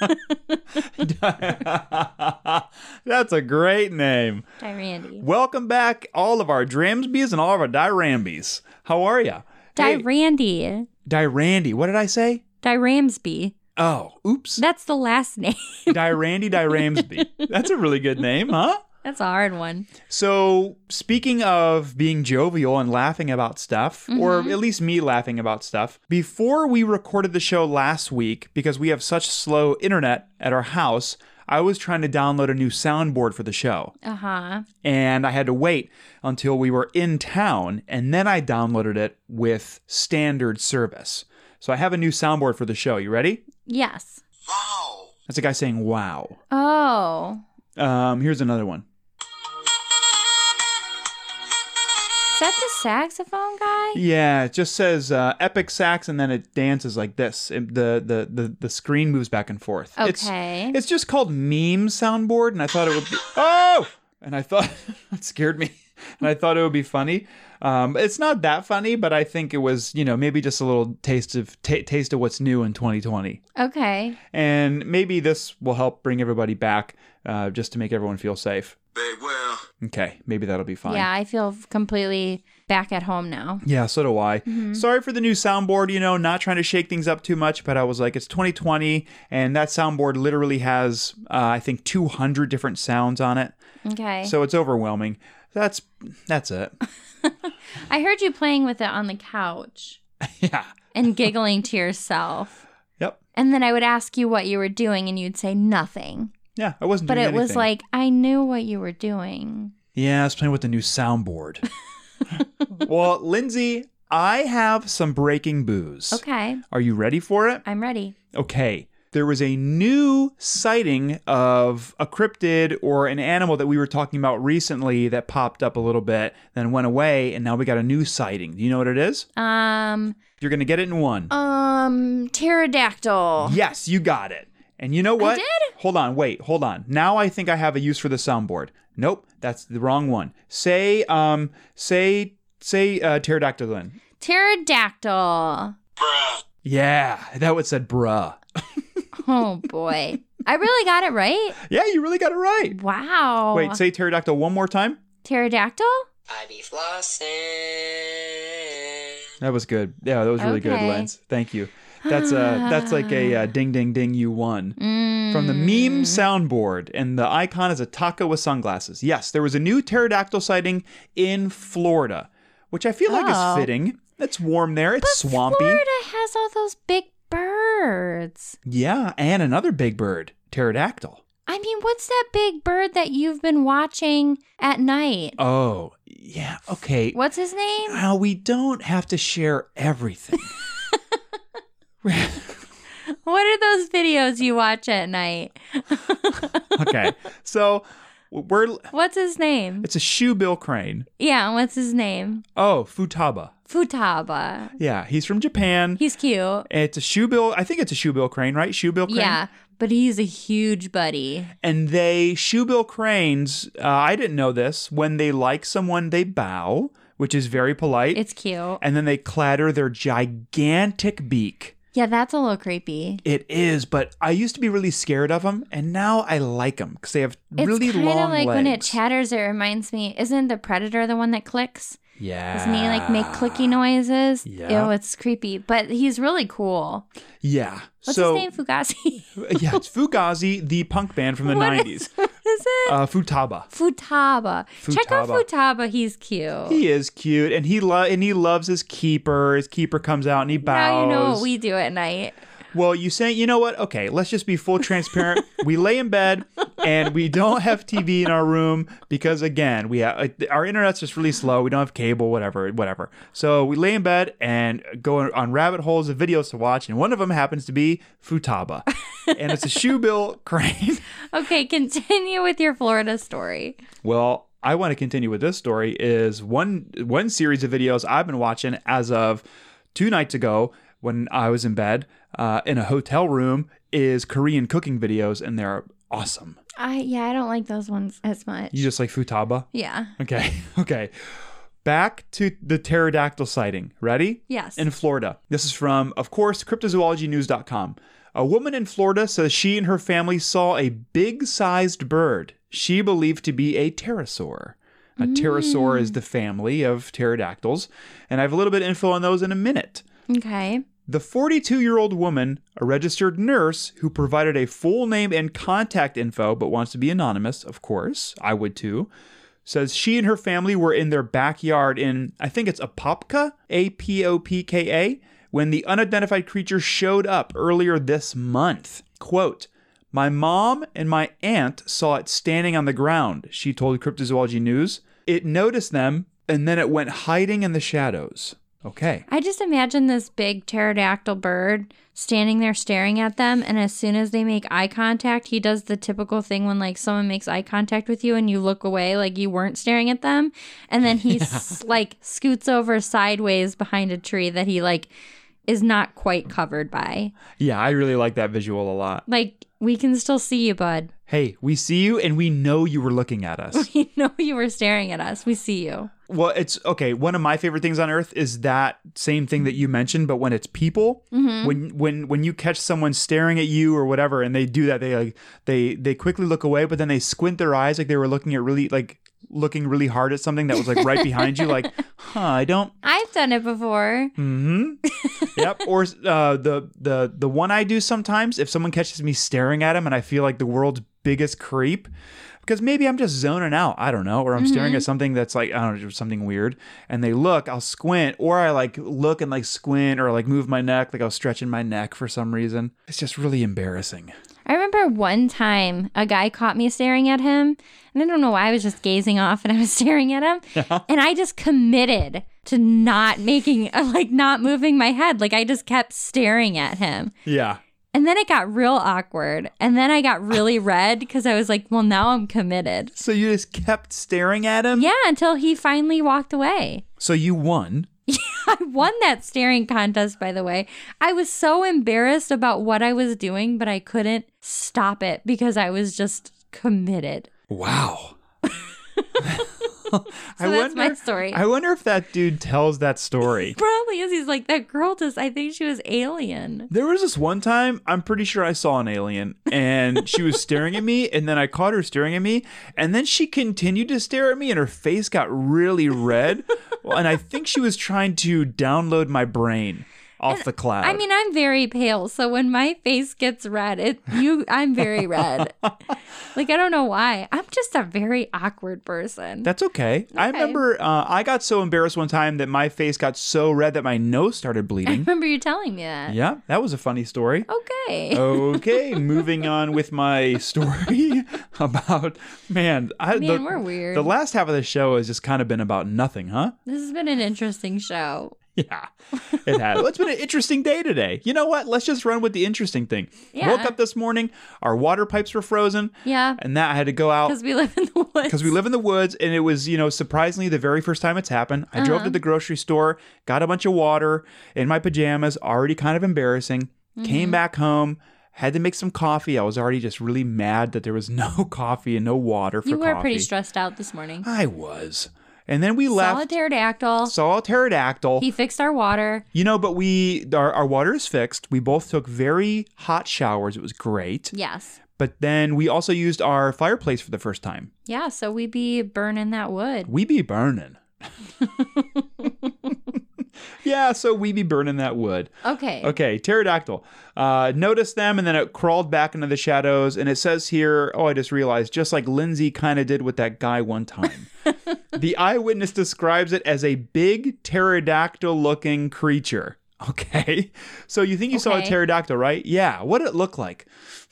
That's a great name.
Dirandy.
Welcome back, all of our Dramsbys and all of our Dirambies. How are ya?
Dirandy.
Dirandy. What did I say?
Diramsby.
Oh, oops.
That's the last name.
Dirandy Diramsby. That's a really good name, huh?
That's a hard one.
So, speaking of being jovial and laughing about stuff, or at least me laughing about stuff, before we recorded the show last week, because we have such slow internet at our house, I was trying to download a new soundboard for the show.
Uh huh.
And I had to wait until we were in town, and then I downloaded it with standard service. So, I have a new soundboard for the show. You ready?
Yes.
That's a guy saying, wow.
Oh.
Um, here's another one.
Is that the saxophone guy?
Yeah, it just says uh, epic sax, and then it dances like this. It- the, the the the screen moves back and forth.
Okay.
It's, it's just called meme soundboard, and I thought it would be oh, and I thought that scared me, and I thought it would be funny. Um, it's not that funny, but I think it was you know maybe just a little taste of ta taste of what's new in 2020,
Okay.
and maybe this will help bring everybody back, uh, just to make everyone feel safe. Okay, maybe that'll be fine.
Yeah, I feel completely back at home now.
Yeah, so do I.
Mm-hmm.
Sorry for the new soundboard, you know, not trying to shake things up too much, but I was like, it's 2020, and that soundboard literally has, uh, I think, 200 different sounds on it.
Okay.
So it's overwhelming. That's that's it.
I heard you playing with it on the couch
yeah.
and giggling to yourself.
Yep.
And then I would ask you what you were doing, and you'd say nothing.
Yeah, I wasn't.
But
doing
it was
anything.
like, I knew what you were doing.
yeah, I was playing with the new soundboard. well, Lindsay, I have some breaking booze.
Okay.
Are you ready for it?
I'm ready.
okay, there was a new sighting of a cryptid or an animal that we were talking about recently that popped up a little bit, then went away, and now we got a new sighting. Do you know what it is?
Um,
You're going to get it in one.
um, pterodactyl.
yes, you got it. And you know what?
did?
Hold on, wait, hold on. Now I think I have a use for the soundboard. Nope, that's the wrong one. Say, um, say, say, uh, pterodactylin.
Pterodactyl.
Yeah, that would said bruh.
Oh boy. I really got it right.
Yeah, you really got it right.
Wow.
Wait, say pterodactyl one more time.
pterodactyl?
I be flossing.
That was good. Yeah, that was really good,
Okay.
Lance. Thank you. That's uh that's like a uh, ding ding ding you won.
Mm,
From the meme soundboard and the icon is a taco with sunglasses. Yes, there was a new pterodactyl sighting in Florida, which I feel like
Oh.
is fitting. It's warm there. It's swampy.
Florida has all those big birds.
Yeah, and another big bird, pterodactyl.
I mean, what's that big bird that you've been watching at night?
Oh, yeah. Okay.
What's his name?
Well, we don't have to share everything.
What are those videos you watch at night?
okay. So, we're
What's his name?
it's a shoebill crane.
Yeah, what's his name?
Oh, Futaba.
Futaba.
Yeah, he's from Japan.
He's cute.
it's a shoebill. I think it's a shoebill crane, right? Shoebill crane.
Yeah, but he's a huge buddy.
And they shoebill cranes. Uh, I didn't know this. When they like someone, they bow, which is very polite.
It's cute.
and then they clatter their gigantic beak.
Yeah, that's a little creepy.
It is, but I used to be really scared of them, and now I like them because they have
It's
really
kinda
long
like
legs.
when it chatters, it reminds me, isn't the predator the one that clicks?
yeah.
Doesn't he like make clicky noises?
Ah. Yeah.
Ew, it's creepy. But he's really cool.
Yeah.
What's
so
his name? Fugazi.
yeah, it's Fugazi, the punk band from the
What
'90s.
is- what is it?
Uh, Futaba.
Futaba. Check out
Futaba.
Futaba. He's cute.
He is cute, and he lo- and he loves his keeper. His keeper comes out and he bows.
now you know what we do at night.
Well, you say, you know what? Okay, let's just be full transparent. we lay in bed and we don't have TV in our room because, again, we have, our internet's just really slow. We don't have cable, whatever, whatever. So we lay in bed and go on rabbit holes of videos to watch, and one of them happens to be Futaba, and it's a shoebill crane.
Okay, continue with your Florida story.
Well, I want to continue with this story is one one series of videos I've been watching as of two nights ago when I was in bed uh, in a hotel room is Korean cooking videos and they're awesome.
I yeah, I don't like those ones as much.
You just like futaba?
yeah.
Okay. Okay. Back to the pterodactyl sighting. Ready?
Yes.
In Florida. This is from, of course, cryptozoologynews.com. A woman in Florida says she and her family saw a big sized bird she believed to be a pterosaur. A pterosaur is the family of pterodactyls, and I have a little bit of info on those in a minute.
okay.
The 42 year old woman, a registered nurse who provided a full name and contact info but wants to be anonymous, of course, I would too, says she and her family were in their backyard in, I think it's Apopka, A P O P K A, when the unidentified creature showed up earlier this month. Quote, my mom and my aunt saw it standing on the ground, she told Cryptozoology News. It noticed them and then it went hiding in the shadows. Okay.
I just imagine this big pterodactyl bird standing there staring at them, and as soon as they make eye contact, he does the typical thing when like someone makes eye contact with you and you look away like you weren't staring at them, and then he s- like scoots over sideways behind a tree that he like is not quite covered by.
Yeah, I really like that visual a lot.
Like we can still see you, bud.
Hey, we see you and we know you were looking at us.
You know you were staring at us. We see you.
well, it's okay. One of my favorite things on earth is that same thing that you mentioned, but when it's people, when when when you catch someone staring at you or whatever and they do that, they like they they quickly look away, but then they squint their eyes like they were looking at really like looking really hard at something that was like right behind you like, "Huh, I don't
I've done it before.
yep. Or uh, the the the one I do sometimes if someone catches me staring at him and I feel like the world's biggest creep because maybe I'm just zoning out. I don't know, or I'm
Mm-hmm.
staring at something that's like I don't know something weird, and they look. I'll squint, or I like look and like squint, or like move my neck, like I was stretching my neck for some reason. It's just really embarrassing.
I remember one time a guy caught me staring at him, and I don't know why I was just gazing off and I was staring at him, and I just committed to not making like not moving my head. Like I just kept staring at him.
Yeah.
And then it got real awkward, and then I got really red because I was like, "Well, now I'm committed."
So you just kept staring at him.
Yeah, until he finally walked away.
So you won.
I won that staring contest, by the way. I was so embarrassed about what I was doing, but I couldn't stop it because I was just committed.
Wow. I
So that's my story.
I wonder if that dude tells that story.
Probably is. He's like, that girl just, I think she was alien.
There was this one time I'm pretty sure I saw an alien and she was staring at me and then I caught her staring at me and then she continued to stare at me and her face got really red Well, and I think she was trying to download my brain off the cloud.
I mean, I'm very pale, so when my face gets red, it you I'm very red. like I don't know why. I'm just a very awkward person.
that's okay. I remember uh, I got so embarrassed one time that my face got so red that my nose started bleeding.
Remember you telling me that?
yeah, Oh. that was a funny story.
Okay.
okay, moving on with my story about man. I,
Man,
the,
we're weird.
The last half of the show has just kind of been about nothing, huh?
This has been an interesting show.
Yeah, it has. Well, it's been an interesting day today. You know what? Let's just run with the interesting thing.
Yeah.
Woke up this morning, our water pipes were frozen.
Yeah.
and that I had to go out
Because we live in the woods.
because we live in the woods and it was you know surprisingly the very first time it's happened i drove
Uh-huh.
to the grocery store got a bunch of water in my pajamas already kind of embarrassing
Mm-hmm.
came back home had to make some coffee i was already just really mad that there was no coffee and no water for
You were
coffee
pretty stressed out this morning.
i was and then we
Solid
left
pterodactyl.
saw a pterodactyl
He fixed our water.
you know but we our, our water is fixed we both took very hot showers it was great
Yes.
but then we also used our fireplace for the first time
Yeah, so we be burning that wood.
we be burning. yeah, so we be burning that wood.
Okay.
Okay, pterodactyl. Uh, noticed them, and then it crawled back into the shadows. And it says here, oh, I just realized, just like Lindsay kind of did with that guy one time. the eyewitness describes it as a big pterodactyl-looking creature. Okay, so you think you saw a
Okay.
pterodactyl, right? Yeah. What did it look like?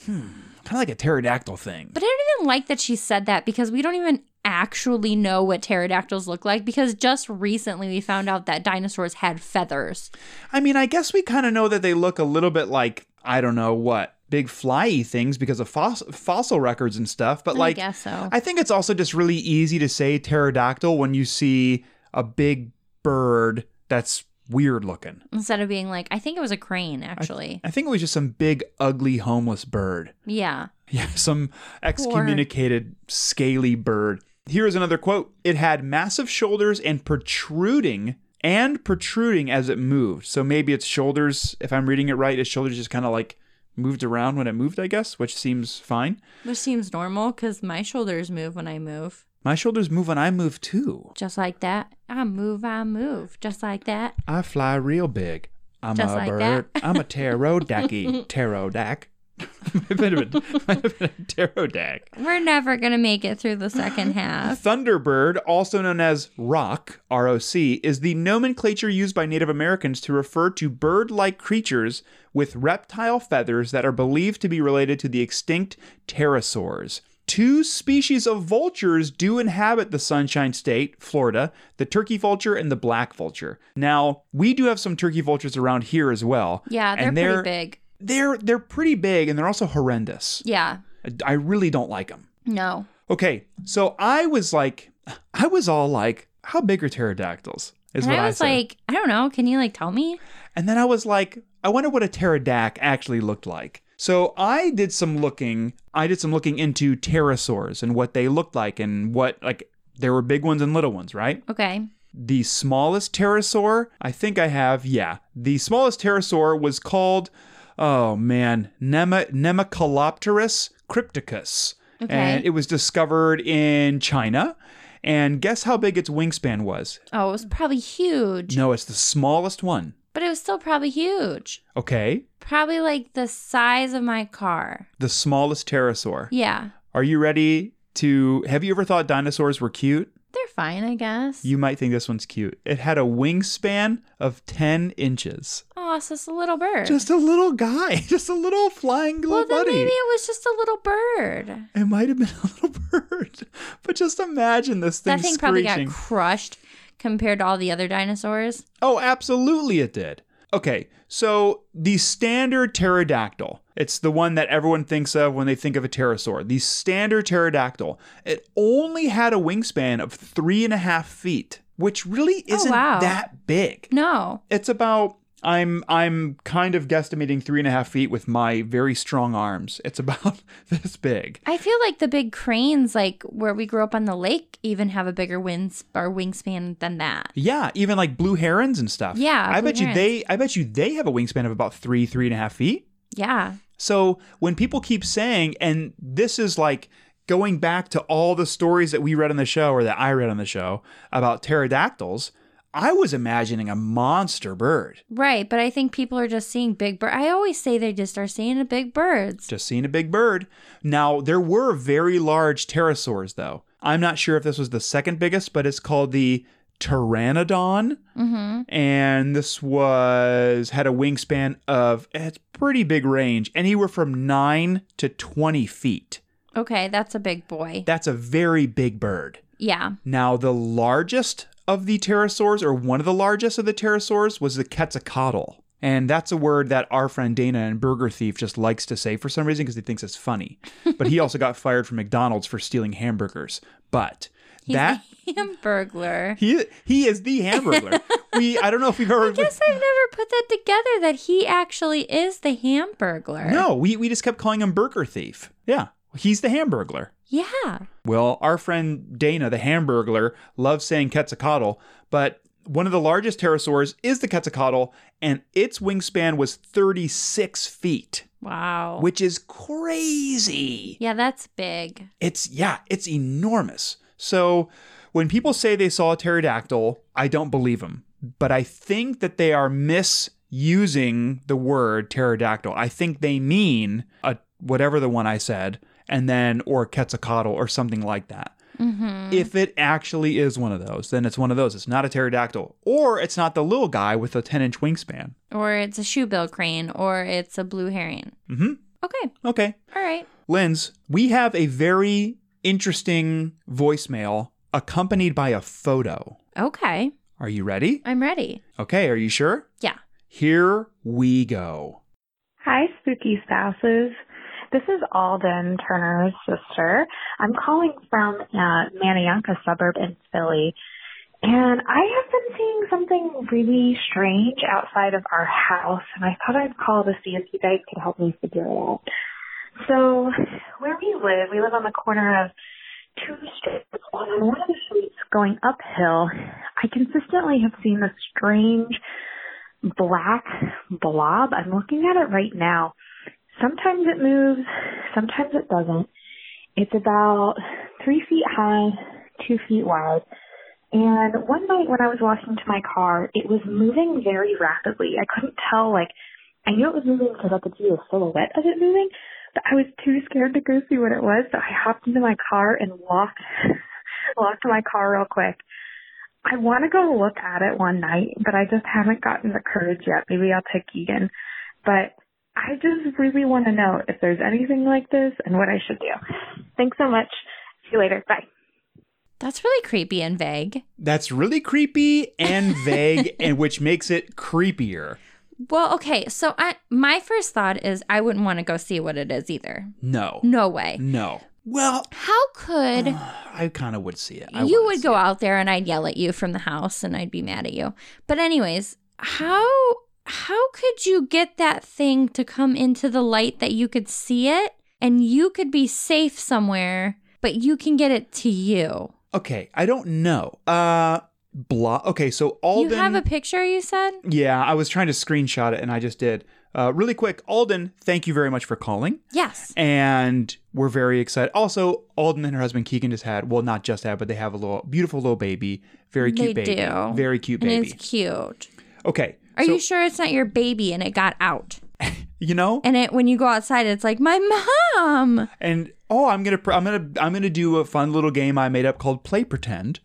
Hmm, kind of like a pterodactyl thing.
But I don't even like that she said that because we don't even actually know what pterodactyls look like because just recently we found out that dinosaurs had feathers.
I mean, I guess we kind of know that they look a little bit like I don't know what big flyy things because of foss- fossil records and stuff. But like,
guess so.
I think it's also just really easy to say pterodactyl when you see a big bird that's weird looking.
Instead of being like, I think it was a crane actually.
I think it was just some big, ugly, homeless bird.
yeah.
Yeah, some excommunicated, scaly bird. Here's another quote It had massive shoulders and protruding and protruding as it moved. So maybe its shoulders, if I'm reading it right, its shoulders just kind of like moved around when it moved, I guess, which seems fine.
Which seems normal because my shoulders move when I move.
My shoulders move when I move too.
Just like that. I move, I move. Just like that.
I fly real big. I'm
Just
a
like
bird.
that.
I'm a pterodactyl. Pterodac. might have been a, might have been a pterodac.
We're never going to make it through the second half.
Thunderbird, also known as rock, ROC, is the nomenclature used by Native Americans to refer to bird like creatures with reptile feathers that are believed to be related to the extinct pterosaurs. Two species of vultures do inhabit the Sunshine State, Florida the turkey vulture and the black vulture. Now, we do have some turkey vultures around here as well.
Yeah, they're,
and
pretty big.
They're, they're pretty big and they're also horrendous.
Yeah.
I really don't like them.
No.
Okay, so I was like, I was all like, how big are pterodactyls? Is
and
what
I was
said.
like, I don't know. Can you like tell me?
and then I was like, I wonder what a pterodact actually looked like. So I did some looking. I did some looking into pterosaurs and what they looked like and what like there were big ones and little ones, right?
Okay.
The smallest pterosaur, I think I have, yeah. The smallest pterosaur was called, oh man, Nema, Nemacolopterus crypticus.
Okay.
And it was discovered in China. And guess how big its wingspan was?
Oh, it was probably huge.
No, it's the smallest one.
But it was still probably huge.
Okay.
Probably like the size of my car.
The smallest pterosaur.
Yeah.
Are you ready to? Have you ever thought dinosaurs were cute?
They're fine, I guess.
You might think this one's cute. It had a wingspan of 10 inches.
oh, so it's a little bird.
Just a little guy, just a little flying little
well, then
buddy.
maybe it was just a little bird.
It might have been a little bird, but just imagine this thing,
That thing probably
screeching.
got crushed compared to all the other dinosaurs.
Oh, absolutely it did. Okay, so the standard pterodactyl, it's the one that everyone thinks of when they think of a pterosaur. The standard pterodactyl, it only had a wingspan of three and a half feet, which really isn't
Oh, wow.
that big.
No.
It's about I'm I'm kind of guesstimating three and a half feet with my very strong arms. It's about this big.
I feel like the big cranes, like where we grew up on the lake, even have a bigger wings or wingspan than that.
Yeah, even like blue herons and stuff.
Yeah,
I
blue
bet you they I bet you they have a wingspan of about three, three and a half feet.
Yeah.
So when people keep saying, and this is like going back to all the stories that we read on the show or that I read on the show about pterodactyls, I was imagining a monster bird.
Right. But I think people are just seeing big birds. I always say they just are seeing the big birds.
Just seeing a big bird. Now, there were very large pterosaurs, though. I'm not sure if this was the second biggest, but it's called the pteranodon.
Mm-hmm.
And this was, had a wingspan of, it's pretty big range, anywhere from 9 to 20 feet.
Okay. That's a big boy.
That's a very big bird.
Yeah.
Now, the largest of the pterosaurs, or one of the largest of the pterosaurs, was the Quetzalcoatl. And that's a word that our friend Dana and Burger Thief just likes to say for some reason because he thinks it's funny. But he also got fired from McDonald's for stealing hamburgers. But
He's
that
a hamburglar.
he he is the hamburger. we I don't know if we've ever
I guess I've never put that together that he actually is the hamburglar.
No, we, we just kept calling him Burger Thief. Yeah. He's the hamburglar.
Yeah.
Well, our friend Dana, the hamburglar, loves saying Quetzalcoatl, but one of the largest pterosaurs is the Quetzalcoatl, and its wingspan was 36 feet,
Wow.
which is crazy.
yeah, that's big.
It's, yeah, it's enormous. So when people say they saw a pterodactyl, I don't believe them. but I think that they are misusing the word pterodactyl. I think they mean a, whatever the one I said, and then or Quetzalcoatl or something like that.
Mm-hmm.
If it actually is one of those, then it's one of those. It's not a pterodactyl, or it's not the little guy with a 10 inch wingspan.
Or it's a shoebill crane, or it's a blue herring.
hmm
Okay.
Okay.
All right.
Linz, we have a very interesting voicemail accompanied by a photo.
Okay.
Are you ready?
I'm ready.
Okay, are you sure?
Yeah.
Here we go.
Hi, spooky spouses. This is Alden Turner's sister. I'm calling from uh, Manayunka suburb in Philly. And I have been seeing something really strange outside of our house, and I thought I'd call to see if you guys could help me figure it out. So, where we live, we live on the corner of two streets, and on one of the streets going uphill, I consistently have seen this strange black blob. I'm looking at it right now. Sometimes it moves, sometimes it doesn't. It's about three feet high, two feet wide. And one night when I was walking to my car, it was moving very rapidly. I couldn't tell, like, I knew it was moving because I could see the silhouette of it moving, but I was too scared to go see what it was, so I hopped into my car and walked, walked to my car real quick. I want to go look at it one night, but I just haven't gotten the courage yet. Maybe I'll take Keegan. But I just really want to know if there's anything like this and what I should do. Thanks so much. See you later. Bye.
That's really creepy and vague.
That's really creepy and vague, and which makes it creepier.
Well, okay. So I my first thought is I wouldn't want to go see what it is either.
No.
No way.
No. Well,
How could
I kind of would see it. I
you
wanna
would
see
go out there and I'd yell at you from the house and I'd be mad at you. But anyways, how how could you get that thing to come into the light that you could see it and you could be safe somewhere, but you can get it to you?
it. Okay, I don't know. Uh, blah. Okay, so Alden.
You have a picture you said?
yeah, I was trying to screenshot it, and I just did. Uh, really quick, Alden, thank you very much for calling.
Yes.
and we're very excited. Also, Alden and her husband Keegan just had well, not just had, but they have a little beautiful little baby, very cute
They
baby,
do.
very cute
And
baby.
it's cute.
Okay,
Are
so,
you sure it's not your baby and it got out?
you know, and,
And it when you go outside it's like my mom.
oh, I'm gonna pr- I'm gonna I'm gonna do a fun little game I made up called Play Pretend,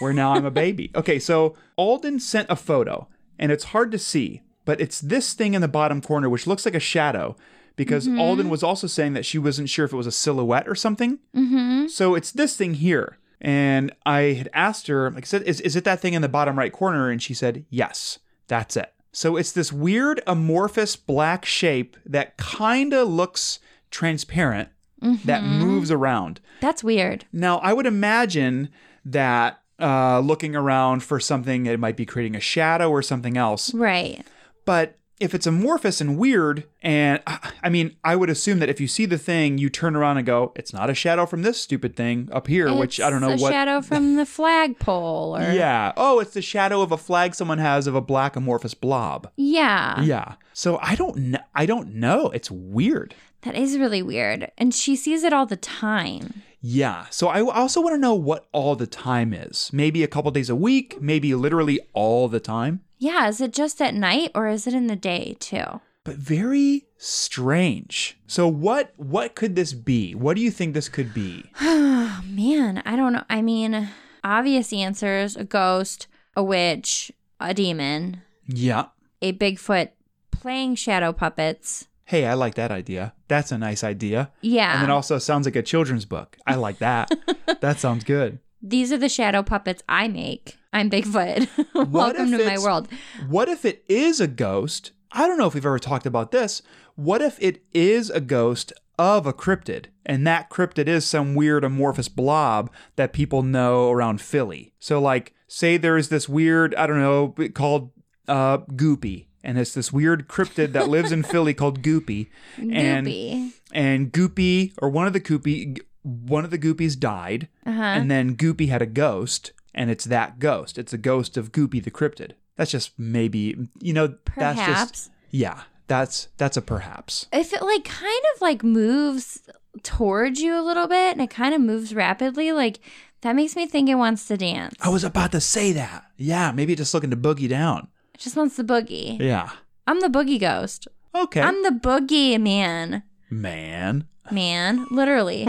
where now I'm a baby. Okay, so Alden sent a photo, and it's hard to see, but it's this thing in the bottom corner which looks like a shadow. Because Alden was also saying that she wasn't sure if it was a silhouette or something.
Mhm.
So it's this thing here. And I had asked her, like I said, is, is it that thing in the bottom right corner? And she said, yes, that's it. So it's this weird amorphous black shape that kind of looks transparent that
Mm-hmm.
moves around.
That's weird.
Now, I would imagine that uh, looking around for something, it might be creating a shadow or something else.
Right.
But if it's amorphous and weird, and I I mean, I would assume that if you see the thing, you turn around and go, "It's not a shadow from this stupid thing up here," which I don't know
It's a
what.
shadow from the flagpole or
yeah. Oh, it's the shadow of a flag someone has of a black amorphous blob.
Yeah.
yeah. So I don't. Kn- I don't know. It's weird.
That is really weird. And she sees it all the time.
Yeah. So I also want to know what all the time is. Maybe a couple days a week. Maybe literally all the time.
Yeah, is it just at night or is it in the day too?
But very strange. So what? What could this be? What do you think this could be?
Oh man, I don't know. I mean, obvious answers, a ghost, a witch, a demon,
Yeah.
a Bigfoot playing shadow puppets.
hey, I like that idea. That's a nice idea.
Yeah.
And it also sounds like a children's book. I like that. that sounds good.
These are the shadow puppets I make. I'm Bigfoot. Welcome
if
to my
it's-
world.
What if it is a ghost? I don't know if we've ever talked about this. What if it is a ghost of a cryptid? And that cryptid is some weird amorphous blob that people know around Philly. So, like, say there is this weird, I don't know, called uh, Goopy. And it's this weird cryptid that lives in Philly called Goopy. And
Goopy.
and Goopy or one of the Goopy one of the Goopies died,
Uh-huh.
and then Goopy had a ghost, and it's that ghost. It's the ghost of Goopy the cryptid. That's just maybe you know. That's
Perhaps.
just yeah. That's that's a perhaps.
if it like kind of like moves towards you a little bit and it kind of moves rapidly, like That makes me think it wants to dance.
I was about to say that. Yeah, maybe just looking to boogie down.
It just wants the boogie.
Yeah.
I'm the boogie ghost.
Okay.
I'm the boogie man.
Man.
Man, literally.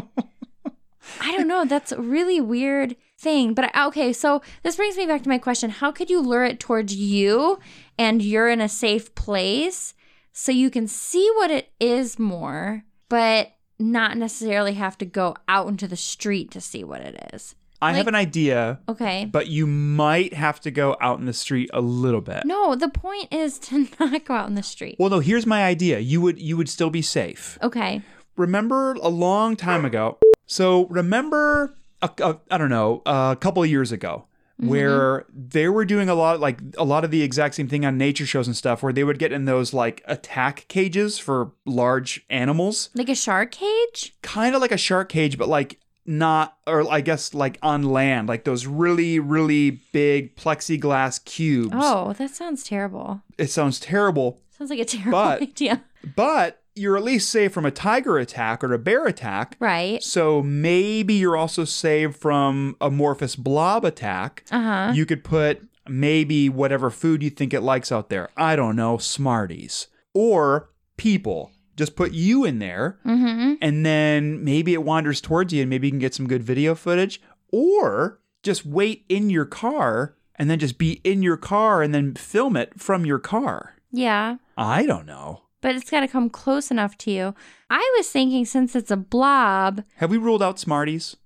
I don't know. That's a really weird thing. But I- okay, so this brings me back to my question How could you lure it towards you and you're in a safe place so you can see what it is more, but not necessarily have to go out into the street to see what it is?
I
Like-
have an idea,
Okay.
but you might have to go out in the street a little bit.
No, the point is to not go out in the street.
Well, no, here's my idea. You would you would still be safe.
Okay.
Remember a long time ago. So remember a, a, I don't know, a couple of years ago where they were doing a lot like a lot of the exact same thing on nature shows and stuff where they would get in those like attack cages for large animals,
Like a shark cage?
kind of like a shark cage but like not or I guess like on land, like those really really big plexiglass cubes.
Oh, that sounds terrible.
It sounds terrible,
Sounds like a terrible
But-
idea.
but you're at least safe from a tiger attack or a bear attack.
Right.
So maybe you're also saved from amorphous blob attack.
Uh huh.
You could put maybe whatever food you think it likes out there. I don't know, Smarties or people. Just put you in there,
Mm-hmm.
and then maybe it wanders towards you, and maybe you can get some good video footage. Or just wait in your car, and then just be in your car, and then film it from your car.
Yeah.
I don't know.
But it's got to come close enough to you. I was thinking since it's a blob,
Have we ruled out Smarties?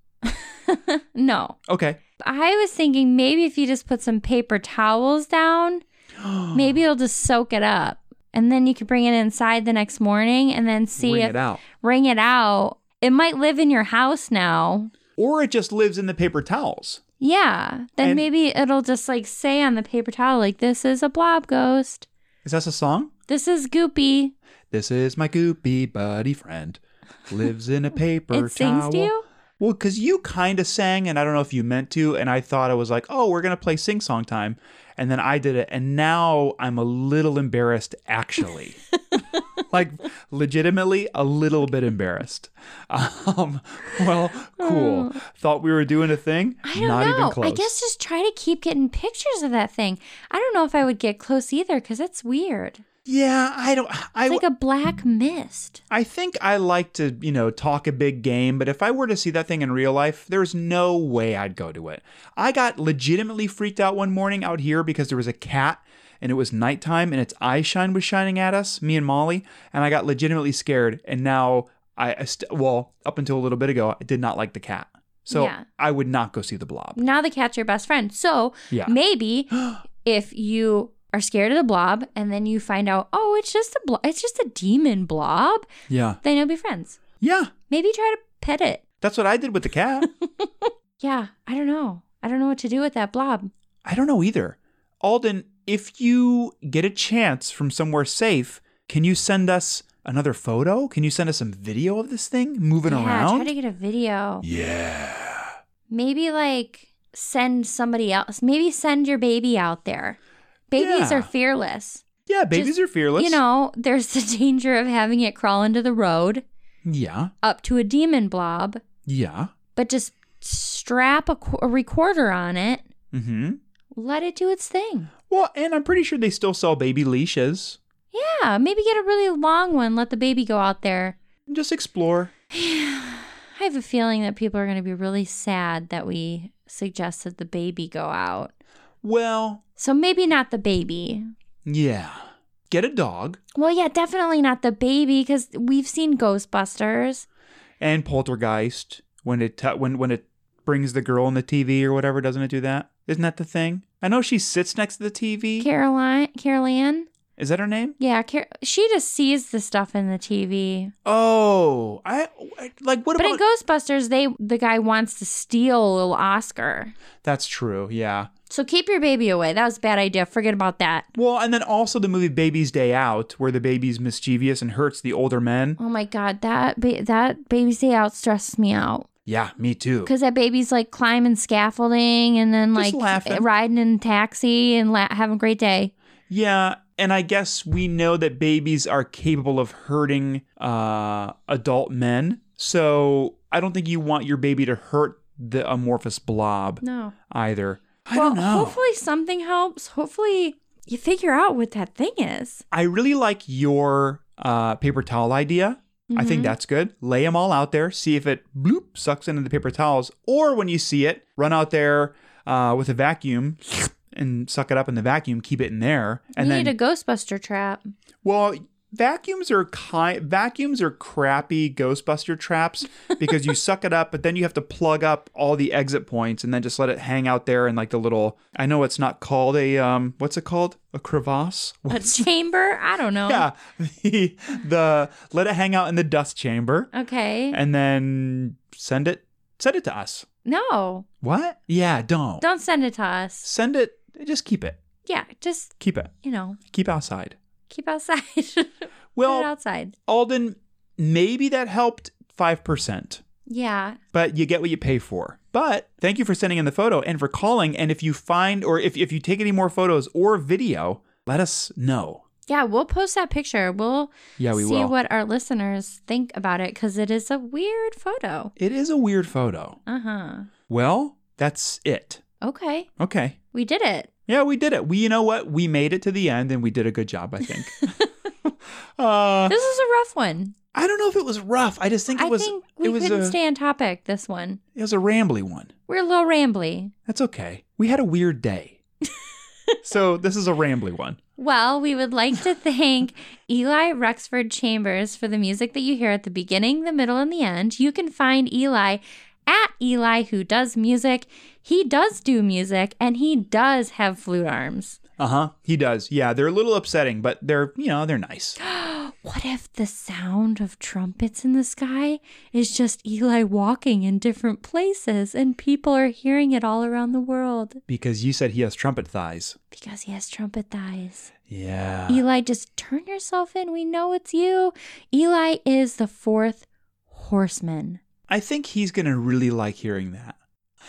no.
Okay.
I was thinking maybe if you just put some paper towels down, maybe it'll just soak it up. And then you could bring it inside the next morning and then see
Wring
if
it out.
wring it out. It might live in your house now.
Or it just lives in the paper towels.
Yeah. Then
And-
maybe it'll just like say on the paper towel, like, this is a blob ghost.
Is that a song?
This is Goopy.
This is my goopy buddy friend. Lives in a paper
it sings
towel.
to you?
Well, because you kind of sang, and I don't know if you meant to, and I thought I was like, oh, we're going to play sing song time. And then I did it. And now I'm a little embarrassed, actually. like, legitimately, a little bit embarrassed. Um, well, cool. Thought we were doing a thing.
Oh. I don't
Not
know.
even close.
I guess just try to keep getting pictures of that thing. I don't know if I would get close either because it's weird.
Yeah, I don't. I,
It's like a black mist.
I think I like to, you know, talk a big game, but if I were to see that thing in real life, there's no way I'd go to it. I got legitimately freaked out one morning out here because there was a cat and it was nighttime and its eye shine was shining at us, me and Molly, and I got legitimately scared. And now I, I st- well, up until a little bit ago, I did not like the cat. So
Yeah.
I would not go see the blob.
Now the cat's your best friend. So
Yeah.
maybe if you are scared of the blob and then you find out, oh, it's just a blob, it's just a demon blob,
Yeah.
then you'll be friends.
Yeah.
Maybe try to pet it.
That's what I did with the cat.
Yeah, I don't know. I don't know what to do with that blob.
I don't know either. Alden, if you get a chance from somewhere safe, can you send us another photo? Can you send us some video of this thing moving
yeah,
around?
try to get a video. Yeah. Maybe like send somebody else. Maybe send your baby out there. Babies
Yeah.
are fearless.
yeah, babies
Just,
are fearless.
You know, there's the danger of having it crawl into the road
Yeah,
up to a demon blob,
yeah.
but just strap a, qu- a recorder on it,
Mm-hmm.
let it do its thing.
Well, and I'm pretty sure they still sell baby leashes.
Yeah, maybe get a really long one, let the baby go out there.
Just explore.
I have a feeling that people are going to be really sad that we suggested the baby go out.
Well,
So maybe not the baby.
yeah. Get a dog
Well, yeah, definitely not the baby because we've seen Ghostbusters.
and poltergeist when it t- when when it brings the girl on the TV or whatever. Doesn't it do that? Isn't that the thing? I know she sits next to the TV.
Caroline, Caroline,
Is that her name?
yeah, Car- she just sees the stuff in the TV.
Oh, I I- like what
but
about?
in Ghostbusters, they the guy wants to steal little Oscar.
That's true. Yeah.
So keep your baby away. That was a bad idea. Forget about that.
Well, and then also the movie Baby's Day Out, where the baby's mischievous and hurts the older men.
Oh my god, that ba- that baby's day out stresses me out
Yeah, me too.
because that baby's like climbing scaffolding and then
Just
like
laughing.
riding in a taxi and la- having a great day.
Yeah, and I guess we know that babies are capable of hurting uh, adult men. So I don't think you want your baby to hurt the amorphous blob
No.
either. I
well,
don't know.
hopefully something helps. Hopefully you figure out what that thing is.
I really like your uh, paper towel idea. I
Mm-hmm.
think that's good. Lay them all out there, see if it bloop sucks into the paper towels, or when you see it, run out there uh, with a vacuum and suck it up in the vacuum, keep it in there, and
you
then
need a Ghostbuster trap.
well. Vacuums are kind. Vacuums are crappy Ghostbuster traps because you suck it up, but then you have to plug up all the exit points and then just let it hang out there in like the little. I know it's not called a um. What's it called? A crevasse.
A chamber? I don't know.
Yeah, the, the let it hang out in the dust chamber,
Okay.
and then send it send it to us.
no.
What? Yeah, don't
Don't send it to us.
send it. Just keep it.
Yeah, just,
Keep it.
you know,
Keep outside.
keep outside. Put it
Well,
outside.
Alden, maybe that helped five percent,
Yeah.
but you get what you pay for. But thank you for sending in the photo and for calling. And if you find or if if you take any more photos or video, let us know.
Yeah, we'll post that picture. We'll
Yeah, we
see
will.
what our listeners think about it because it is a weird photo.
it is a weird photo.
Uh huh.
Well, that's it.
Okay.
Okay.
We did it.
Yeah, we did it. We, you know what? We made it to the end, and we did a good job. I think. uh,
This is a rough one.
I don't know if it was rough. I just think it
I
was.
think
it
we
was
couldn't
a,
stay on topic this one.
It was a rambly one.
We're a little rambly.
That's okay. We had a weird day, so this is a rambly one.
Well, we would like to thank Eli Rexford Chambers for the music that you hear at the beginning, the middle, and the end. You can find Eli at Eli Who Does Music. He does do music and he does have flute arms.
Uh huh. He does. Yeah, they're a little upsetting, but they're you know they're nice.
What if the sound of trumpets in the sky is just Eli walking in different places and people are hearing it all around the world
Because you said he has trumpet thighs.
because he has trumpet thighs?
Yeah.
Eli, just turn yourself in. We know it's you. Eli is the fourth horseman.
I think he's gonna really like hearing that.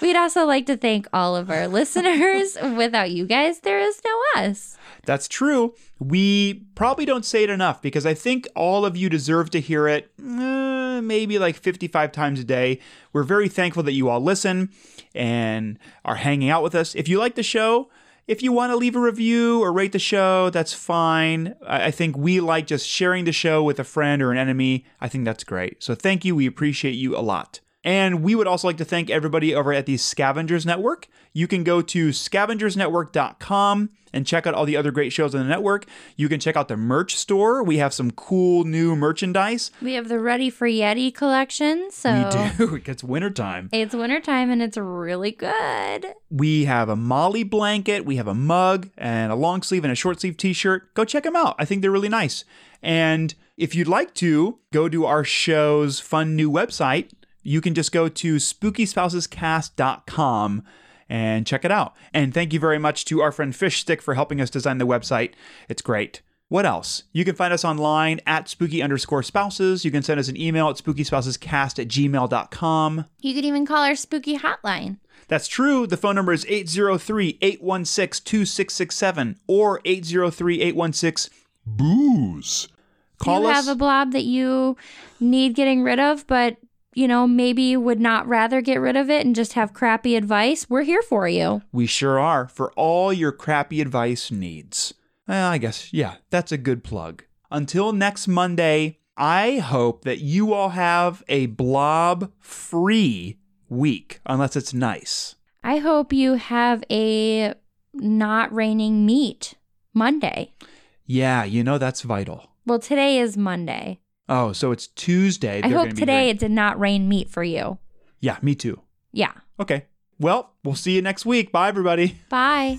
We'd also like to thank all of our listeners. Without you guys, there is no us.
That's true. We probably don't say it enough because I think all of you deserve to hear it uh, maybe like 55 times a day. We're very thankful that you all listen and are hanging out with us. If you like the show, if you want to leave a review or rate the show, that's fine. I I think we like just sharing the show with a friend or an enemy. I think that's great. So thank you. We appreciate you a lot. And we would also like to thank everybody over at the Scavengers Network. You can go to scavengersnetwork.com and check out all the other great shows on the network. You can check out the merch store. We have some cool new merchandise.
We have the Ready for Yeti collection. So
We do. it's wintertime.
it's wintertime and it's really good.
We have a Molly blanket, we have a mug, and a long sleeve and a short sleeve t shirt. Go check them out. I think they're really nice. And if you'd like to, go to our show's fun new website. You can just go to spookyspousescast.com and check it out. And thank you very much to our friend Fish Stick for helping us design the website. It's great. What else? You can find us online at spooky underscore spouses. You can send us an email at spookyspousescast at gmail.com.
You could even call our spooky hotline.
That's true. The phone number is 803 816 2667 or 803 816 BOOZE. E. Call
you
us.
have a blob that you need getting rid of, but you know, maybe would not rather get rid of it and just have crappy advice. We're here for you.
we sure are for all your crappy advice needs. Well, I guess, yeah, that's a good plug. Until next Monday, I hope that you all have a blob free week, unless it's nice.
I hope you have a not raining meat Monday.
Yeah, you know, that's vital.
Well, today is Monday.
Oh, so it's Tuesday.
I
They're
hope
gonna be
today
great.
it did not rain meat for you.
Yeah, me too.
Yeah.
Okay. Well, we'll see you next week. Bye, everybody.
Bye.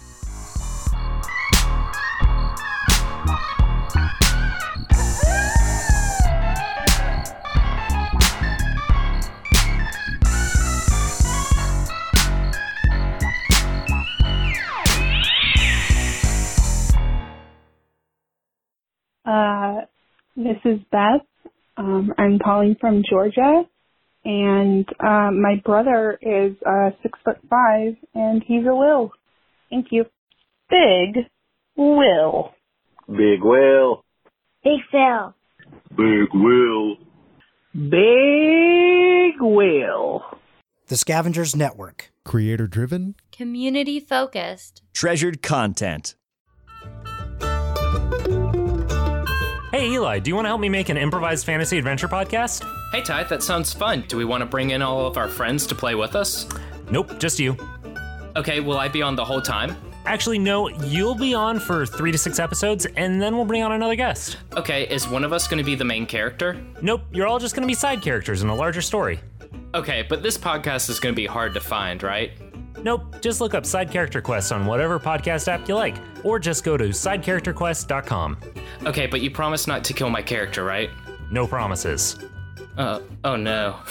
Uh, this is Beth. Um, I'm calling from Georgia, and um, my brother is uh, six foot five, and he's a will. Thank you. Big will.
Big Will.
Big Phil.
Big Will.
Big Will.
The Scavengers Network.
Creator driven.
Community focused.
Treasured content.
Hey, Eli, do you want to help me make an improvised fantasy adventure podcast?
Hey, Ty, that sounds fun. Do we want to bring in all of our friends to play with us?
Nope, just you.
Okay, will I be on the whole time?
Actually, no, you'll be on for three to six episodes, and then we'll bring on another guest.
Okay, is one of us going to be the main character?
Nope, you're all just going to be side characters in a larger story.
Okay, but this podcast is going to be hard to find, right?
Nope, just look up Side Character Quest on whatever podcast app you like, or just go to sidecharacterquest.com.
Okay, but you promise not to kill my character, right?
No promises.
Uh, oh no.